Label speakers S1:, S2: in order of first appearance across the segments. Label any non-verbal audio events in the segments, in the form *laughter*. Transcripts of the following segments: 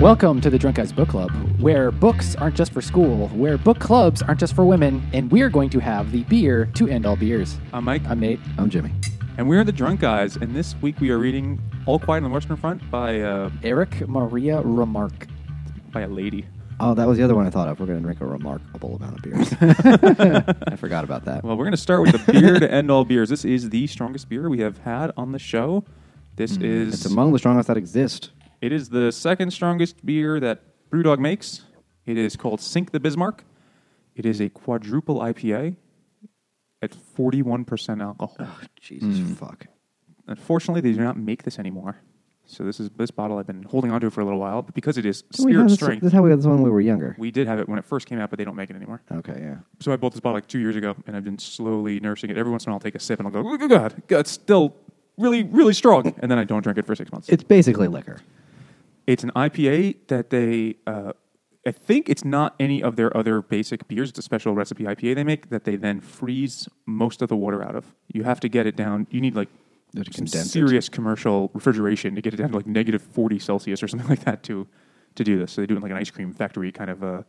S1: Welcome to the Drunk Guys Book Club, where books aren't just for school, where book clubs aren't just for women, and we're going to have the beer to end all beers. Uh,
S2: I'm Mike,
S1: I'm Nate.
S3: I'm Jimmy.
S2: and we are the Drunk Guys, and this week we are reading All Quiet on the Western Front by uh,
S1: Eric Maria Remarque.
S2: by a lady.
S3: Oh, that was the other one I thought of. We're going to drink a remarkable amount of
S1: *laughs*
S3: beers. I forgot about that.
S2: Well, we're going to start with
S3: *laughs*
S2: the beer to end all beers. This is the strongest beer we have had on the show. This is
S3: Mm, it's among the strongest that exist.
S2: It is the second strongest beer that BrewDog makes. It is called Sink the Bismarck. It is a quadruple IPA at 41% alcohol.
S3: Jesus
S1: Hmm.
S3: fuck.
S2: Unfortunately, they do not make this anymore. So this is this bottle I've been holding onto for a little while, but because it is
S3: Didn't we have
S2: spirit
S3: this,
S2: strength,
S3: This is how we had this one when we were younger.
S2: we did have it when it first came out, but they don't make it anymore.
S3: okay, yeah.
S2: So I bought this bottle like two years ago, and I've been slowly nursing it. Every once in a while, I'll take a sip and I'll go, "Oh, God, God, it's still really, really strong. And then I don't drink it for six months.
S3: It's basically liquor.
S2: It's an IPA that they, uh, I think it's not any of their other basic beers. It's a special recipe IPA they make that they then freeze most of the water out of. You have to get it down. You need like
S3: You have to
S2: some
S3: condense it.
S2: serious commercial refrigeration to get it down to like negative 40 Celsius or something *laughs* like that to, to do this. So they do it in like an ice cream factory kind of uh,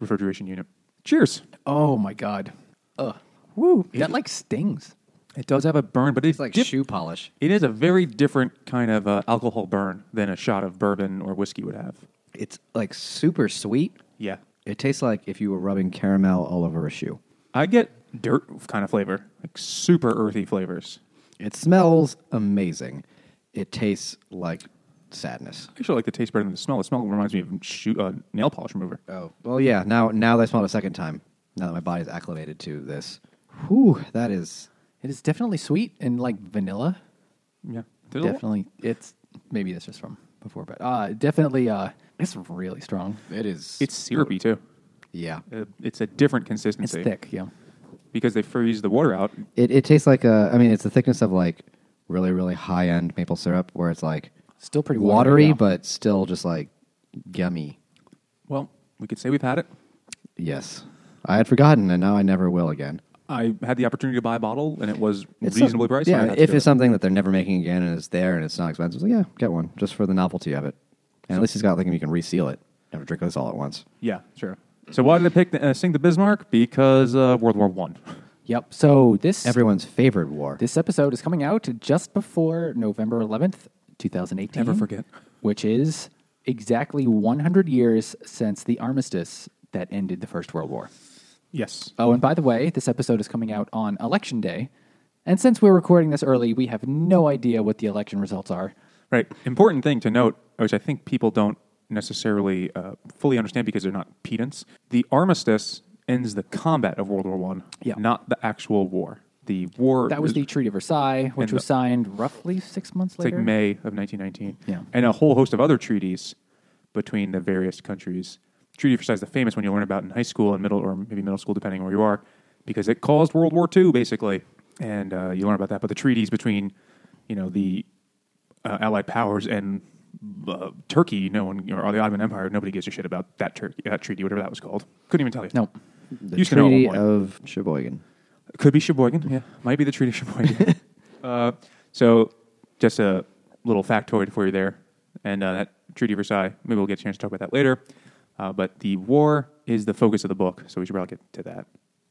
S2: refrigeration unit. Cheers.
S1: Oh my god. Ugh. Woo. That like stings.
S2: It does have a burn, but it's, dip-
S3: polish.
S2: It is a very different kind of uh, alcohol burn than a shot of bourbon or whiskey would have.
S3: It's like super sweet.
S2: Yeah.
S3: It tastes like if you were rubbing caramel all over a shoe.
S2: I get dirt kind of flavor, like super earthy flavors.
S3: It smells amazing. It tastes like sadness.
S2: I actually like the taste better than the smell. The smell reminds me of shoe, uh, nail polish remover.
S3: Oh well, yeah. Now, now that I smelled it a second time. Now that my body's acclimated to this, whew, that is
S1: It is definitely sweet and like vanilla.
S2: Yeah, There's a lot-
S1: Definitely. It's maybe this is from before, but uh definitely uh it's really strong.
S3: it is
S2: It's syrupy too.
S3: yeah.
S2: Uh, it's a different
S1: It's
S2: consistency.
S1: thick, yeah.
S2: because they freeze the water out.
S3: It it tastes like a. I mean, it's the thickness of like really really high end maple syrup, where it's like
S1: Still pretty watery,
S3: watery,
S1: yeah.
S3: but still just like gummy.
S2: Well, we could say we've had it.
S3: Yes, I had forgotten, and now I never will again.
S2: I had the opportunity to buy a bottle, and it was
S3: It's some-
S2: reasonably priced. so I
S3: Yeah,
S2: had to
S3: if
S2: do
S3: it's
S2: it.
S3: something that they're never making again and it's there and it's not expensive, it's like, yeah, get one just for the novelty of it. And at least it's got like you can reseal it. Never drink this all at once.
S2: yeah, sure. So why did I pick the, uh, sing the Bismarck? Because uh, World War One.
S1: Yep. So this
S3: Everyone's favorite war.
S1: This episode is coming out just before November 11th, 2018.
S2: Never forget.
S1: Which is exactly 100 years since the armistice that ended the First World War.
S2: yes,
S1: Oh, and by the way, this episode is coming out on Election Day. And since we're recording this early, we have no idea what the election results are.
S2: Right. Important thing to note, which I think people don't necessarily uh, fully understand because they're not pedants. The armistice ends the combat of World War One,
S1: Yeah.
S2: not the actual war. The war
S1: That was the Treaty of Versailles, which
S2: And
S1: was
S2: the-
S1: signed roughly six months
S2: it's like
S1: later.
S2: May of 1919,
S1: Yeah.
S2: and a whole host of other treaties between the various countries. Treaty of Versailles is the famous one you learn about in high school and middle, or maybe middle school, depending where you are, because it caused World War II basically, and uh, you learn about that. But the treaties between, you know, the uh, Allied powers and uh, Turkey, no one or the Ottoman Empire, nobody gives a shit about that Turkey, that treaty, whatever that was called. Couldn't even tell you.
S1: No.
S3: The
S2: Used to know at one
S3: Treaty
S2: point.
S3: of Sheboygan.
S2: Could be Sheboygan. Yeah, might be the Treaty of
S1: *laughs*
S2: Sheboygan. uh, so, just a little factoid for you there, and uh, that Treaty of Versailles. Maybe we'll get a chance to talk about that later. Uh, but the war is the focus of the book, so we should probably get to that.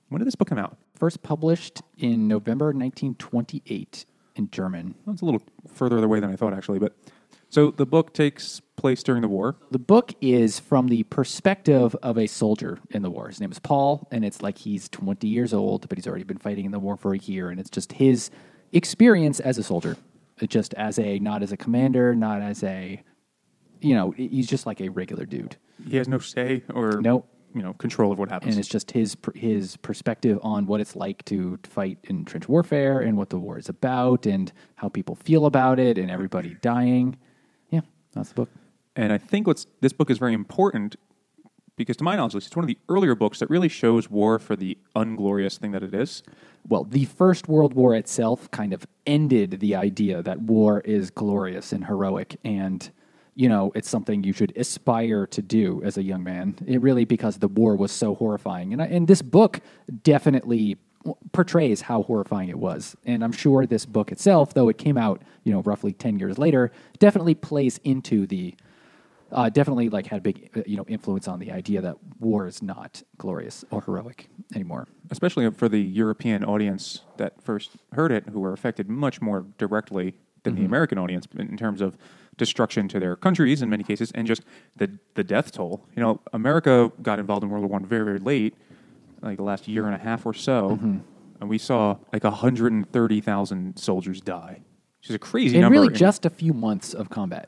S2: When did this book come out?
S1: First published in November 1928 in German.
S2: Well, it's a little further away than I thought, actually. But so the book takes place during the war.
S1: The book is from the perspective of a soldier in the war. His name is Paul, and it's like he's 20 years old, but he's already been fighting in the war for a year, and it's just his experience as a soldier, It just as a not as a commander, not as a, you know, he's just like a regular dude,
S2: He has no say or
S1: No.
S2: you know, control of what happens.
S1: and it's just his per- his perspective on what it's like to fight in trench warfare and what the war is about and how people feel about it and everybody dying. Yeah, that's the book.
S2: And I think what's this book is very important because, to my knowledge, at least, it's one of the earlier books that really shows war for the unglorious thing that it is.
S1: well, the First World War itself kind of ended the idea that war is glorious and heroic and you know, it's something you should aspire to do as a young man. It really because the war was so horrifying. And I, and this book definitely portrays how horrifying it was. And I'm sure this book itself, though it came out, you know, roughly 10 years later, definitely plays into the uh, definitely like had a big uh, you know influence on the idea that war is not glorious or heroic anymore.
S2: especially for the European audience that first heard it, who were affected much more directly than
S1: Mm-hmm.
S2: the American audience in terms of destruction to their countries in many cases, and just the the death toll. You know, America got involved in World War One very very late, like the last year and a half or so,
S1: Mm-hmm.
S2: and we saw like hundred and thirty thousand soldiers die, which is a crazy
S1: And
S2: number.
S1: really,
S2: in-
S1: just a few months of combat.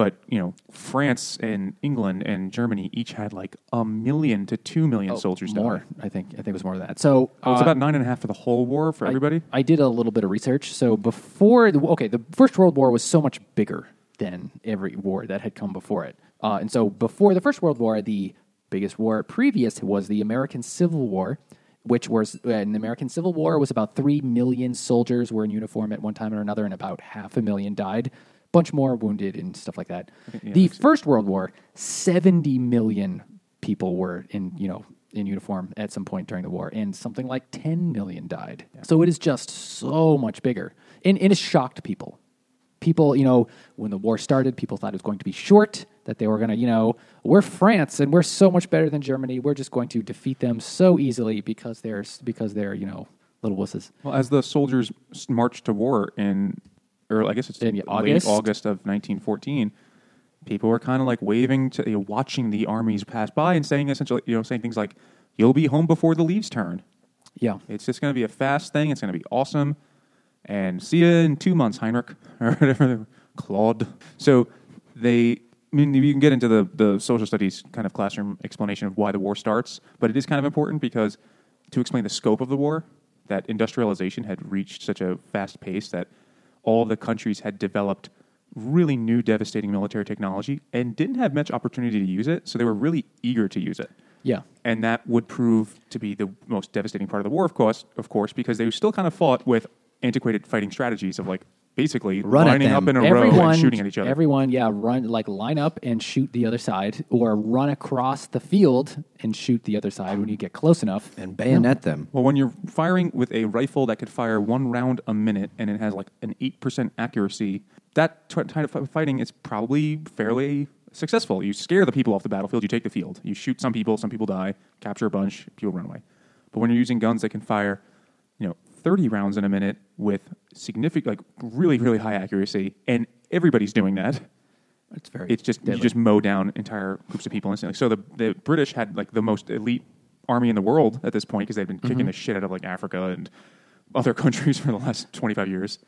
S2: but you know, France and England and Germany each had like a million to two million soldiers die.
S1: Oh, more. I think I think it was more than that. So
S2: Well, it's
S1: uh,
S2: about nine and a half for the whole war for everybody.
S1: I did a little bit of research. So before, the, okay, the First World War was so much bigger than every war that had come before it, uh, and so before the First World War, the biggest war previous was the American Civil War, which was and the American Civil War was about three million soldiers were in uniform at one time or another, and about half a million died. Bunch more wounded and stuff like that. the First World War, seventy million people were in you know in uniform at some point during the war and something like 10 million died so it is just so much bigger and, and it shocked people people you know when the war started people thought it was going to be short that they were going to you know we're france and we're so much better than germany we're just going to defeat them so easily because they're because they're you know little wusses
S2: Well, as the soldiers s- marched to war in, or I guess it's
S1: In
S2: late
S1: August?
S2: August of 1914, people were kind of like waving to, you know, watching the armies pass by and saying essentially, you know, saying things like, "You'll be home before the leaves turn."
S1: yeah
S2: It's just going to be a fast thing. It's going to be awesome. And see you in two months, Heinrich, *laughs* or whatever, they were- Claude. So they, I mean, you can get into the, the social studies kind of classroom explanation of why the war starts, but it is kind of important because to explain the scope of the war, that industrialization had reached such a fast pace that all the countries had developed really new devastating military technology and didn't have much opportunity to use it, so they were really eager to use it
S1: yeah
S2: and that would prove to be the most devastating part of the war, of course, of course, because they still kind of fought with antiquated fighting strategies of like basically
S3: Run at
S2: lining
S3: them.
S2: up in a row and shooting at each other.
S1: Everyone, yeah, run like line up and shoot the other side, or run across the field and shoot the other side when you get close enough.
S3: and bayonet them.
S2: well, when you're firing with a rifle that could fire one round a minute and it has like an eight percent accuracy, that t- kind of fi- fighting is probably fairly successful. You scare the people off the battlefield, you take the field, you shoot some people, some people die, capture a bunch, people run away. But when you're using guns that can fire you know 30 rounds in a minute with significant like really really high accuracy and everybody's doing that
S1: It's very
S2: it's just
S1: deadly.
S2: you just mow down entire groups of people instantly so the, the british had like the most elite army in the world at this point because they'd been kicking
S1: Mm-hmm.
S2: the shit out of like africa and other *laughs* countries for the last 25 years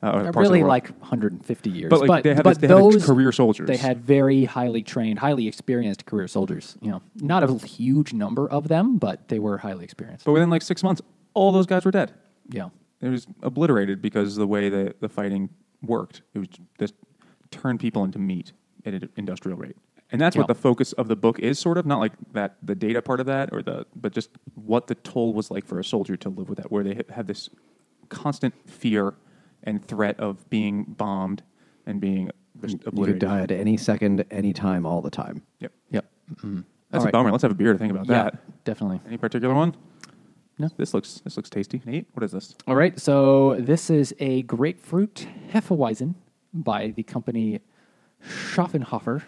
S2: uh, or parts of the
S1: really
S2: world.
S1: like 150 years.
S2: But, like, they had this- they had
S1: those
S2: ex- career soldiers.
S1: They had very highly trained, highly experienced career soldiers. You know, not a huge number of them, but they were highly experienced.
S2: but within like six months all those guys were dead
S1: yeah,
S2: they were just obliterated because of the way the, the fighting worked. It was just turned people into meat at an industrial rate. And that's
S1: Yeah.
S2: what the focus of the book is sort of, not like that the data part of that or the but just what the toll was like for a soldier to live with that where they ha- have this constant fear and threat of being bombed and being just
S3: You could
S2: obliterated.
S3: die at any second, any time, all the time.
S2: Yep.
S1: yep,
S2: That's
S1: All
S2: a
S1: right.
S2: bummer. Let's have a beer to think about
S1: yeah,
S2: that.
S1: definitely.
S2: Any particular one?
S1: No.
S2: This looks this looks tasty. Nate, what is this?
S1: All right, so this is a grapefruit Hefeweizen by the company Schaffenhofer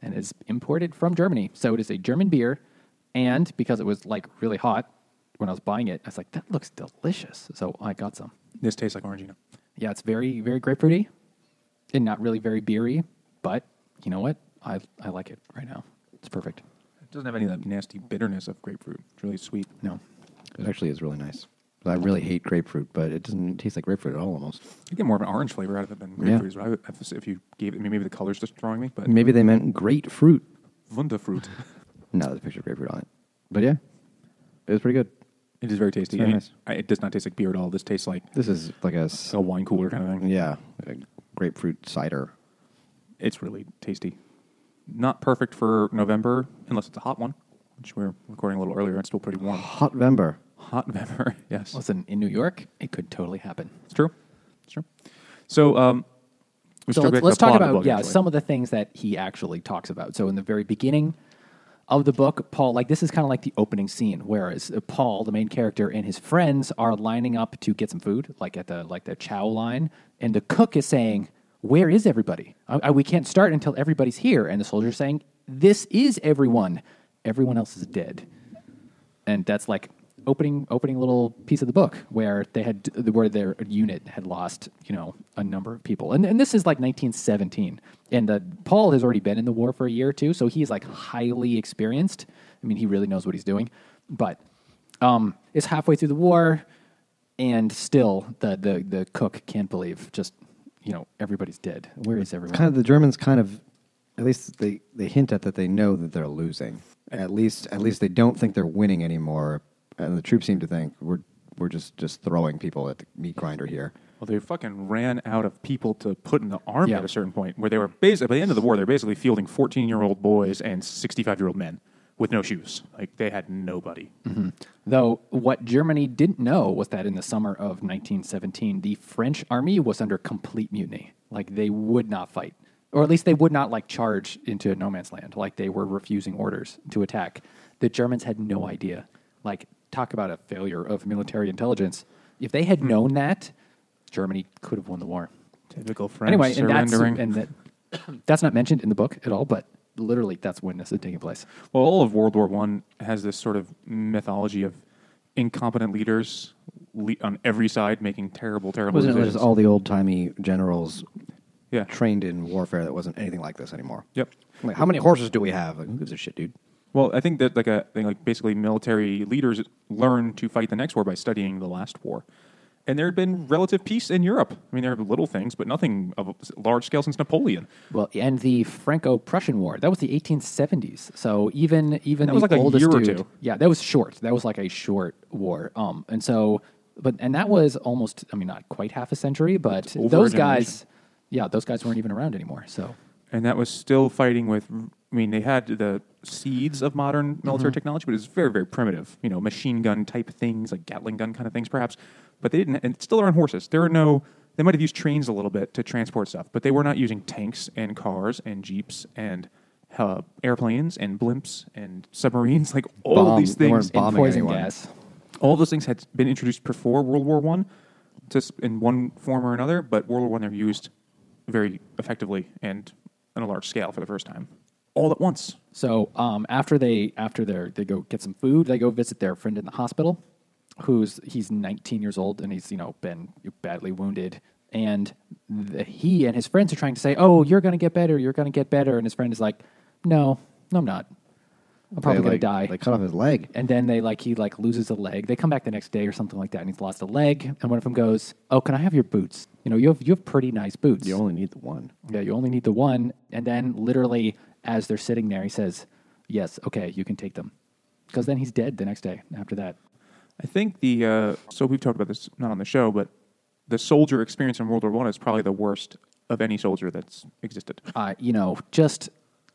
S1: and is imported from Germany. So it is a German beer, and because it was like really hot when I was buying it, I was like, that looks delicious. So I got some.
S2: This tastes like orangina.
S1: Yeah, it's very, very grapefruity and not really very beery, but you know what? I, I like it right now. It's perfect.
S2: It doesn't have any of that nasty bitterness of grapefruit. It's really sweet.
S1: No.
S3: It actually is really nice. I really hate grapefruit, but it doesn't taste like grapefruit at all. Almost.
S2: You get more of an orange flavor out of it than
S3: Yeah.
S2: grapefruit. is what I would, if you gave it, I mean, maybe the color's just drawing me, but
S3: Maybe they meant grapefruit.
S1: *laughs*
S2: Wunderfruit.
S3: No, there's a picture of grapefruit on it. But yeah, it was pretty good.
S2: It is very
S3: It's
S2: tasty.
S3: very
S2: I mean,
S3: nice.
S2: I- it does not taste like beer at all. This tastes like
S3: This is like a s-
S2: a wine cooler kind of thing.
S3: yeah, a grapefruit cider.
S2: It's really tasty. Not perfect for November unless it's a hot one, which we're recording a little earlier. It's still pretty
S1: *sighs*
S2: warm.
S3: Hot Vember.
S2: Hot November, *laughs* yes.
S1: Listen, in New York, it could totally happen.
S2: It's true. It's true. So, um, we
S1: so
S2: still
S1: let's,
S2: get
S1: let's
S2: the
S1: talk
S2: plot of the
S1: about
S2: book,
S1: yeah
S2: actually.
S1: some of the things that he actually talks about. So in the very beginning of the book, Paul like this is kind of like the opening scene, whereas uh, Paul, the main character, and his friends are lining up to get some food, like at the like the chow line, and the cook is saying, where is everybody? I, I, we can't start until everybody's here. And the soldier's saying, this is everyone. Everyone else is dead. And that's like opening opening little piece of the book where they had where their unit had lost you know a number of people and and this is like 1917 and the Paul has already been in the war for a year or two so he's like highly experienced I mean he really knows what he's doing but um it's halfway through the war and still the the the cook can't believe just you know everybody's dead where is everyone
S3: kind of the Germans kind of at least they, they hint at that they know that they're losing. At least at least they don't think they're winning anymore. And the troops seem to think we're we're just, just throwing people at the meat grinder here.
S2: Well, they fucking ran out of people to put in the army
S1: Yeah.
S2: at a certain point where they were basically, by the end of the war, they're basically fielding 14 year old boys and 65 year old men with no shoes. Like, they had nobody.
S1: Mm-hmm. Though what Germany didn't know was that in the summer of 1917, the French army was under complete mutiny. Like they would not fight, or at least they would not like charge into no man's land. Like they were refusing orders to attack. The Germans had no idea. Like talk about a failure of military intelligence. If they had known that, Germany could have won the war.
S2: Typical French
S1: Anyway, and that's
S2: surrendering.
S1: and that, *coughs* that's not mentioned in the book at all. But literally, that's when this is taking place.
S2: Well, all of World War One has this sort of mythology of incompetent leaders le- on every side making terrible, terrible
S3: Wasn't it
S2: decisions.
S3: just all the old timey generals
S2: yeah.
S3: trained in warfare that wasn't anything like this anymore?
S2: Yep.
S3: Like, how many horses do we have? Like, who gives a shit, dude?
S2: Well, I think that like a thing like basically military leaders learn to fight the next war by studying the last war. And there had been relative peace in Europe. I mean, there have little things, but nothing of a large scale since Napoleon.
S1: Well, and the Franco-Prussian War that was the 1870s. So even even
S2: That was
S1: the
S2: like a
S1: oldest
S2: year or
S1: dude-
S2: two.
S1: yeah, that was short. That was like a short war. Um, and so, but and that was almost. I mean, not quite half a century, but
S2: over a
S1: those
S2: generation.
S1: guys, yeah, those guys weren't even around anymore. So
S2: and that was still fighting with. I mean, they had the seeds of modern
S3: Mm-hmm.
S2: military technology, but it was very, very primitive. You know, machine gun type things, like Gatling gun kind of things, perhaps. But they didn't, and still aren't horses. There are no. They might have used trains a little bit to transport stuff, but they were not using tanks and cars and jeeps and uh, airplanes and blimps and submarines. *laughs* Like all of
S3: Bomb-
S2: these
S3: they weren't
S2: things,
S3: bombing
S1: poison
S3: anyone.
S1: gas.
S2: all those things had been introduced before World War One, just in one form or another. But World War One, they're used very effectively and on a large scale for the first time, all at once.
S1: So um, after they after they are they go get some food, they go visit their friend in the hospital, who's he's 19 years old and he's you know been badly wounded, and the, he and his friends are trying to say, "Oh, you're going to get better, you're going to get better," and his friend is like, "No, no, I'm not. I'm probably
S3: They,
S1: going
S3: like,
S1: to die."
S3: They cut off his leg.
S1: and then they like he like loses a leg. They come back the next day or something like that, and he's lost a leg. And one of them goes, "Oh, can I have your boots? You know, you have you have pretty nice boots.
S3: You only need the one.
S1: Yeah, you only need the one. And then, literally, as they're sitting there, he says, Yes, okay, you can take them. Because then he's dead the next day after that.
S2: I think the uh, so we've talked about this not on the show, but the soldier experience in World War One is probably the worst of any soldier that's existed.
S1: Uh, you know, just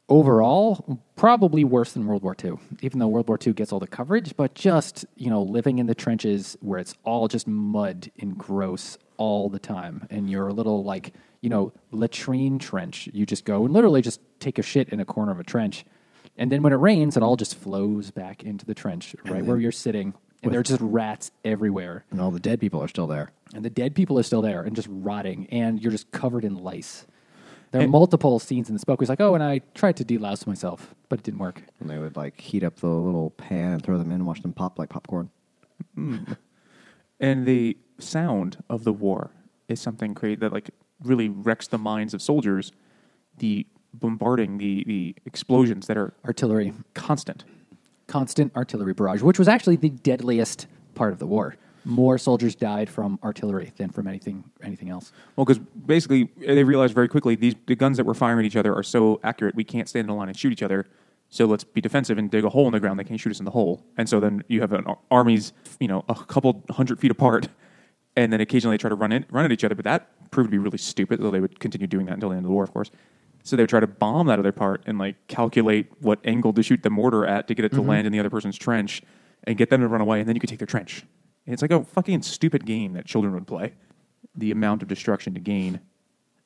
S1: overall, probably worse than World War II, even though World War II gets all the coverage, but just, you know, living in the trenches where it's all just mud and gross all the time. And you're a little like, you know, latrine trench. You just go and literally just take a shit in a corner of a trench. And then when it rains, it all just flows back into the trench right where you're sitting. And there are just rats everywhere.
S3: And all the dead people are still there.
S1: And the dead people are still there and just rotting. And you're just covered in lice. There are multiple scenes in this book. where He's like, oh, and I tried to delouse myself, but it didn't work.
S3: And they would like heat up the little pan and throw them in and watch them pop like popcorn.
S2: And the sound of the war is something crazy that like really wrecks the minds of soldiers. The bombarding, the the explosions that are
S1: Artillery,
S2: constant.
S1: constant artillery barrage, which was actually the deadliest part of the war. More soldiers died from artillery than from anything anything else.
S2: Well, because basically they realized very quickly these the guns that we're firing at each other are so accurate we can't stand in a line and shoot each other. So let's be defensive and dig a hole in the ground. They can't shoot us in the hole, and so then you have an ar- armies, you know, a couple hundred feet apart, and then occasionally they try to run in, run at each other. But that proved to be really stupid, though they would continue doing that until the end of the war, of course. So they would try to bomb that other part and like calculate what angle to shoot the mortar at to get it to land in the other person's trench and get them to run away, and then you could take their trench. And it's like a fucking stupid game that children would play the amount of destruction to gain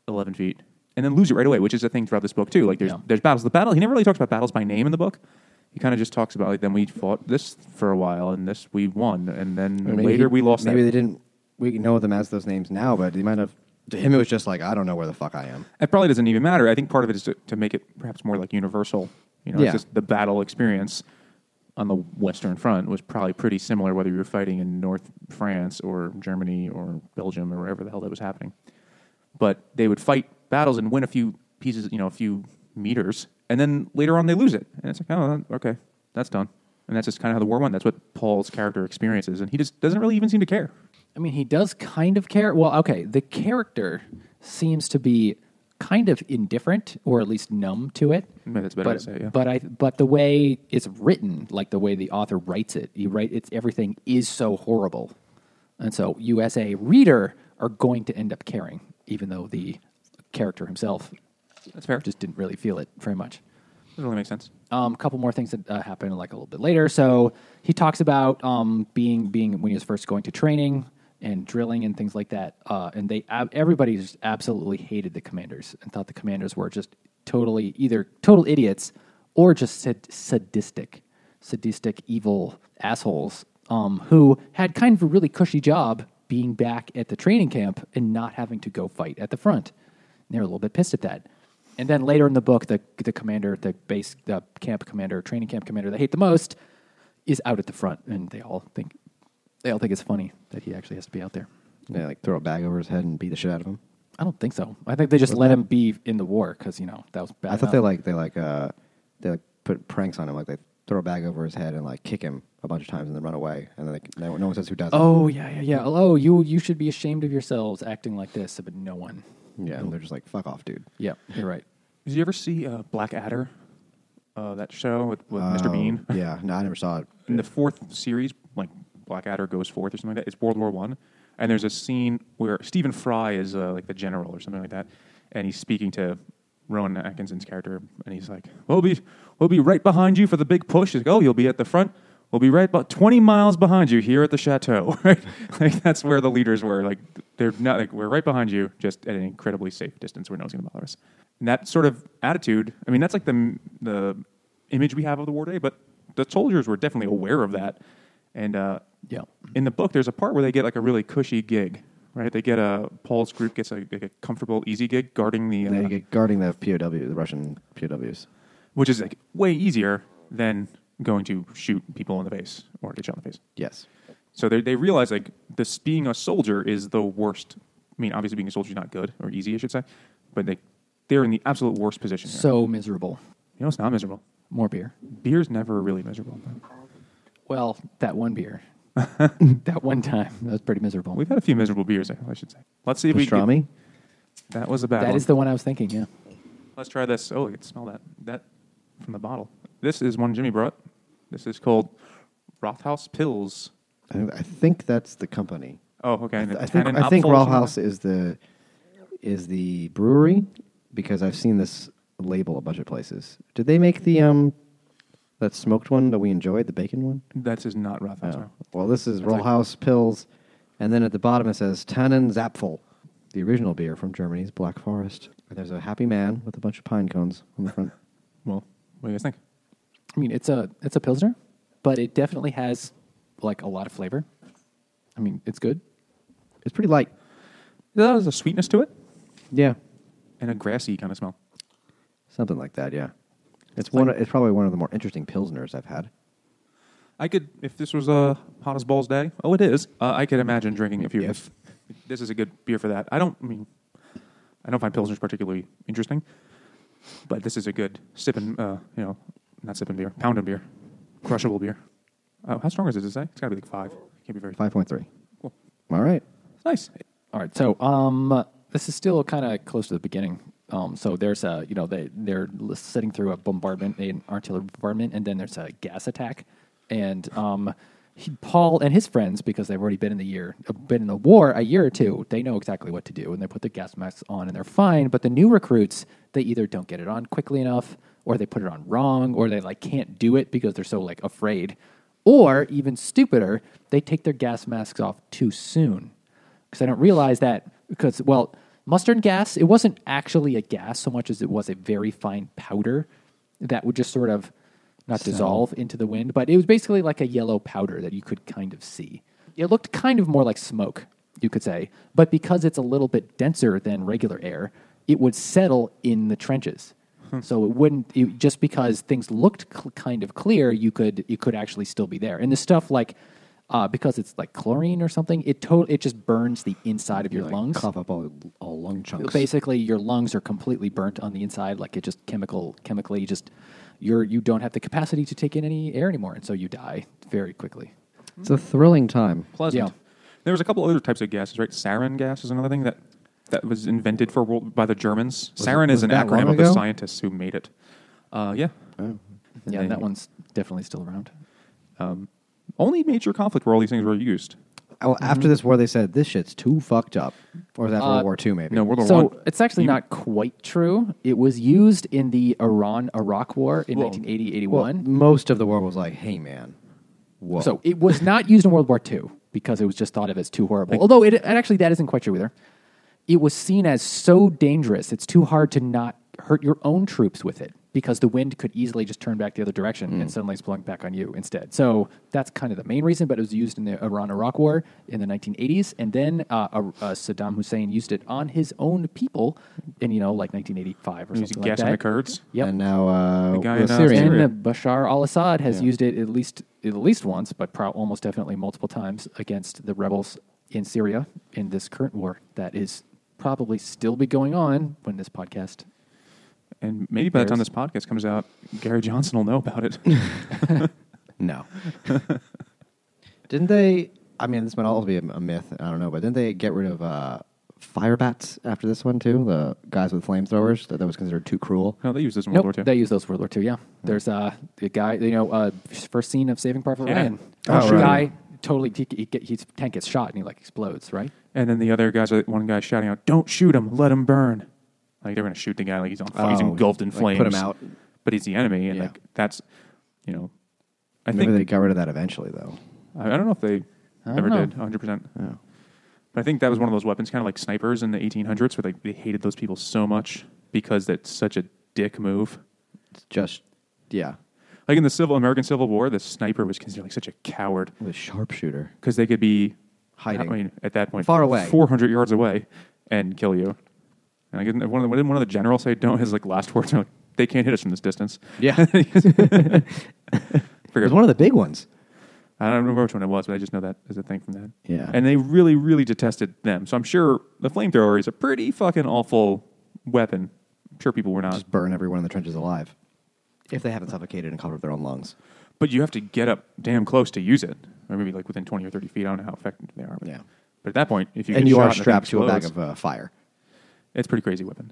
S2: 11 feet and then lose it right away, which is a thing throughout this book, too. Like, there's,
S1: Yeah.
S2: there's battles. The battle, he never really talks about battles by name in the book. He kind of just talks about, like, then we fought this for a while and this we won, and then
S3: Or maybe
S2: later
S3: he-
S2: we lost
S3: Maybe
S2: that.
S3: they didn't. We know them as those names now, but they might have. To him, it was just like I don't know where the fuck I am.
S2: It probably doesn't even matter. I think part of it is to, to make it perhaps more like universal. You know,
S3: Yeah.
S2: it's just the battle experience on the Western Front was probably pretty similar whether you were fighting in North France or Germany or Belgium or wherever the hell that was happening. But they would fight battles and win a few pieces, you know, a few meters, and then later on they lose it, and it's like, oh, okay, that's done. And that's just kind of how the war went. That's what Paul's character experiences, and he just doesn't really even seem to care.
S1: I mean, he does kind of care. Well, okay, the character seems to be kind of indifferent, or at least numb to it.
S2: Maybe that's a better
S1: but,
S2: way to say it, yeah.
S1: But I, but the way it's written, like the way the author writes it, he write it's everything is so horrible, and so you as a reader are going to end up caring, even though the character himself
S2: That's fair.
S1: just didn't really feel it very much.
S2: doesn't really make sense.
S1: Um, a couple more things that uh, happen like a little bit later. So he talks about um, being being when he was first going to training and drilling and things like that. Uh, and they ab- everybody just absolutely hated the commanders and thought the commanders were just totally either total idiots or just sad- sadistic, sadistic evil assholes um, who had kind of a really cushy job being back at the training camp and not having to go fight at the front. And they were a little bit pissed at that. And then later in the book, the the commander, the base, the camp commander, training camp commander they hate the most is out at the front, and they all think they all think it's funny that he actually has to be out there.
S3: They like throw a bag over his head and beat the shit out of him.
S1: I don't think so. I think they just let him be in the war because you know that was bad.
S3: I thought
S1: enough.
S3: they like they like uh they like put pranks on him. Like they throw a bag over his head and like kick him a bunch of times and then run away. And then like, no, no one says who does it.
S1: Oh yeah, yeah, yeah. Oh, you you should be ashamed of yourselves acting like this, but no one.
S3: yeah. And they're just like fuck off, dude.
S1: Yeah, you're right.
S2: Did you ever see uh, Black Adder? Uh, that show with, with Mr.
S3: Oh,
S2: Bean.
S3: Yeah, no, I never saw it.
S2: *laughs* In the fourth series, like Black Adder goes forth or something like that. It's World War One, and there's a scene where Stephen Fry is uh, like the general or something like that, and he's speaking to Rowan Atkinson's character, and he's like, "We'll be, we'll be right behind you for the big push." He's like, "Oh, you'll be at the front." We'll be right about twenty miles behind you here at the chateau. *laughs* Right, like that's where the leaders were. Like they're not like we're right behind you, just at an incredibly safe distance where no one's going to bother us. And that sort of attitude. I mean, that's like the the image we have of the war day, but the soldiers were definitely aware of that. And uh,
S1: Yeah.
S2: in the book, there's a part where they get like a really cushy gig, right? They get a Paul's group gets a, like a comfortable, easy gig guarding the, uh,
S3: They get guarding the POW, the Russian POWs.
S2: which is like way easier than going to shoot people in the face or get shot in the face.
S3: Yes.
S2: So they they realize like this being a soldier is the worst. I mean, obviously being a soldier is not good or easy, I should say, but they they're in the absolute worst position. here.
S1: So miserable.
S2: you know, it's not miserable.
S1: More beer.
S2: Beer's never really miserable.
S1: Well, that one beer. that one time, that was pretty miserable.
S2: We've had a few miserable beers, I should say. Let's see if we
S3: Pastrami.
S2: can. That was a bad
S1: that
S2: one.
S1: is the one I was thinking. Yeah.
S2: Let's try this. Oh, I can smell that. That from the bottle. This is one Jimmy brought. This is called Rothhaus Pills.
S3: I, I think that's the company.
S2: Oh, okay. and
S3: I
S2: it's
S3: think
S2: Tannen
S3: I think
S2: Apfel or
S3: Raw
S2: something like
S3: House
S2: that?
S3: is the is the brewery because I've seen this label a bunch of places. Did they make the um that smoked one that we enjoyed, the bacon one? Oh,
S2: That is not Rothhaus. no.
S3: Well, this is
S2: That's like-
S3: Rollhaus House Pills, and then at the bottom it says Tannenzapfel, the original beer from Germany's Black Forest. And there's a happy man with a bunch of pine cones on the front.
S2: Well, what do you guys think?
S1: I mean, it's a it's a pilsner, but it definitely has like a lot of flavor. I mean, it's good.
S3: it's pretty light.
S2: That has a sweetness to it
S3: Yeah,
S2: and a grassy kind of smell.
S3: something like that. Yeah, it's one. It's probably one of the more interesting pilsners I've had.
S2: I could, if this was a hot as balls day, oh, it is. Uh, I could imagine drinking a few.
S3: Yes.
S2: If this is a good beer for that. I don't I mean, I don't find pilsners particularly interesting, but this is a good sipping. Uh, you know, not sipping beer, pounding beer, crushable beer. Uh, how strong is it? Does it say it's got to be like five. Can't be very
S3: Five point three.
S2: Cool.
S3: All right.
S2: It's nice.
S1: All right, so um, this is still kind of close to the beginning. Um, so there's a you know they they're l- sitting through a bombardment, an artillery bombardment, and then there's a gas attack, and um, he, Paul and his friends because they've already been in the year, uh, been in the war a year or two, they know exactly what to do, and they put their gas masks on and they're fine. But the new recruits, they either don't get it on quickly enough, or they put it on wrong, or they like can't do it because they're so like afraid, or even stupider, they take their gas masks off too soon because I don't realize that because well, mustard gas it wasn't actually a gas so much as it was a very fine powder that would just sort of not dissolve into the wind, but it was basically like a yellow powder that you could kind of see. It looked kind of more like smoke you could say. But because it's a little bit denser than regular air, it would settle in the trenches. So it wouldn't it, just because things looked cl- kind of clear, you could you could actually still be there. And the stuff like uh, because it's like chlorine or something, it to- it just burns the inside of your
S3: Like,
S1: lungs.
S3: cough up all, all lung chunks.
S1: Basically, your lungs are completely burnt on the inside. Like it just chemical chemically just you're you don't have the capacity to take in any air anymore, and so you die very quickly.
S3: It's a thrilling time.
S2: pleasant.
S1: Yeah.
S2: There was a couple other types of gases, right? Sarin gas is another thing that that was invented for world, by the Germans. Sarin
S3: it-
S2: is
S3: was
S2: an
S3: that long
S2: acronym of the
S3: ago? Oh.
S2: scientists who made it. Uh, yeah,
S3: Mm-hmm.
S1: Yeah,
S2: They-
S1: that one's definitely still around.
S2: only major conflict where all these things were used.
S3: Oh, After this war, they said this shit's too fucked up. Or was that
S1: Uh,
S3: World War II? Maybe
S2: No, World War
S1: So
S2: One.
S1: it's actually not quite true. It was used in the Iran Iraq War in
S2: Well,
S1: 1980
S3: Well,
S1: 81.
S3: most of the war was like, "Hey, man, whoa."
S1: So it was not used in World War II because it was just thought of as too horrible. Although it, and actually that isn't quite true either. It was seen as so dangerous; it's too hard to not hurt your own troops with it because the wind could easily just turn back the other direction
S2: Mm.
S1: and suddenly it's blowing back on you instead. So that's kind of the main reason. But it was used in the Iran-Iraq War in the 1980s, and then uh, uh, Saddam Hussein used it on his own people in you know like 1985 or
S2: Using
S1: something
S2: gas
S1: like
S2: on
S1: that.
S2: the Kurds.
S1: Yep.
S3: and now uh,
S2: The guy
S3: the
S2: in, uh,
S3: Syrian.
S2: Syria.
S1: And uh, Bashar al-Assad has used it at least at least once, but pro- almost definitely multiple times against the rebels in Syria in this current war that is probably still be going on when this podcast.
S2: And maybe by the time this podcast comes out, Gary Johnson will know about
S1: *laughs*
S2: it.
S3: No. didn't they? I mean, this might also be a, a myth. I don't know, but didn't they get rid of uh, fire bats after this one too? The guys with flamethrowers that, that was considered too cruel.
S2: no, they used this in
S1: Nope,
S2: World War
S1: they
S2: Two.
S1: use those for World War II. Yeah, there's uh, the guy you know uh, first scene of Saving Private
S2: Yeah.
S1: Ryan.
S3: Oh,
S1: The
S3: right.
S1: guy totally he, he, get- his tank gets shot and he like explodes right.
S2: And then the other guys, are- one guy shouting out, "Don't shoot him! Let him burn!" Like they're going to shoot the guy, like he's on, fire he's
S3: Oh,
S2: engulfed in
S3: like,
S2: flames.
S3: put him out.
S2: But he's the enemy, and
S3: Yeah.
S2: like that's, you know, I
S3: Maybe
S2: think
S3: they got rid of that eventually, though.
S2: I, I don't know if they
S1: I don't
S2: ever
S1: know. Oh.
S2: did 100%. But I think that was one of those weapons, kind of like snipers in the 1800s, where like, they hated those people so much because that's such a dick move.
S3: It's just yeah,
S2: Like in the Civil American Civil War, the sniper was considered like such a coward
S3: the sharpshooter.
S2: because they could be
S3: Hiding.
S2: I mean, at that point,
S3: Far away.
S2: 400 yards away, and kill you. And I didn't one of the, didn't one of the generals say, "Don't" his like last words. Are like, they can't hit us from this distance. *laughs*
S3: Yeah, it was
S2: Figured-
S3: one of the big ones.
S2: I don't remember which one it was, but I just know that is a thing from that.
S3: Yeah.
S2: And they really, really detested them. So I'm sure the flamethrower is a pretty fucking awful weapon. I'm sure people were not.
S3: Just burn everyone in the trenches alive if they haven't suffocated and covered up their own lungs.
S2: But you have to get up damn close to use it, or maybe like within 20 or 30 feet. I don't know how effective they are. But,
S3: Yeah.
S2: But at that point, if you
S3: and
S2: get
S3: you
S2: shot
S3: are
S2: and the thing
S3: strapped to a bag of
S2: explodes,
S3: uh, fire.
S2: It's a pretty crazy weapon.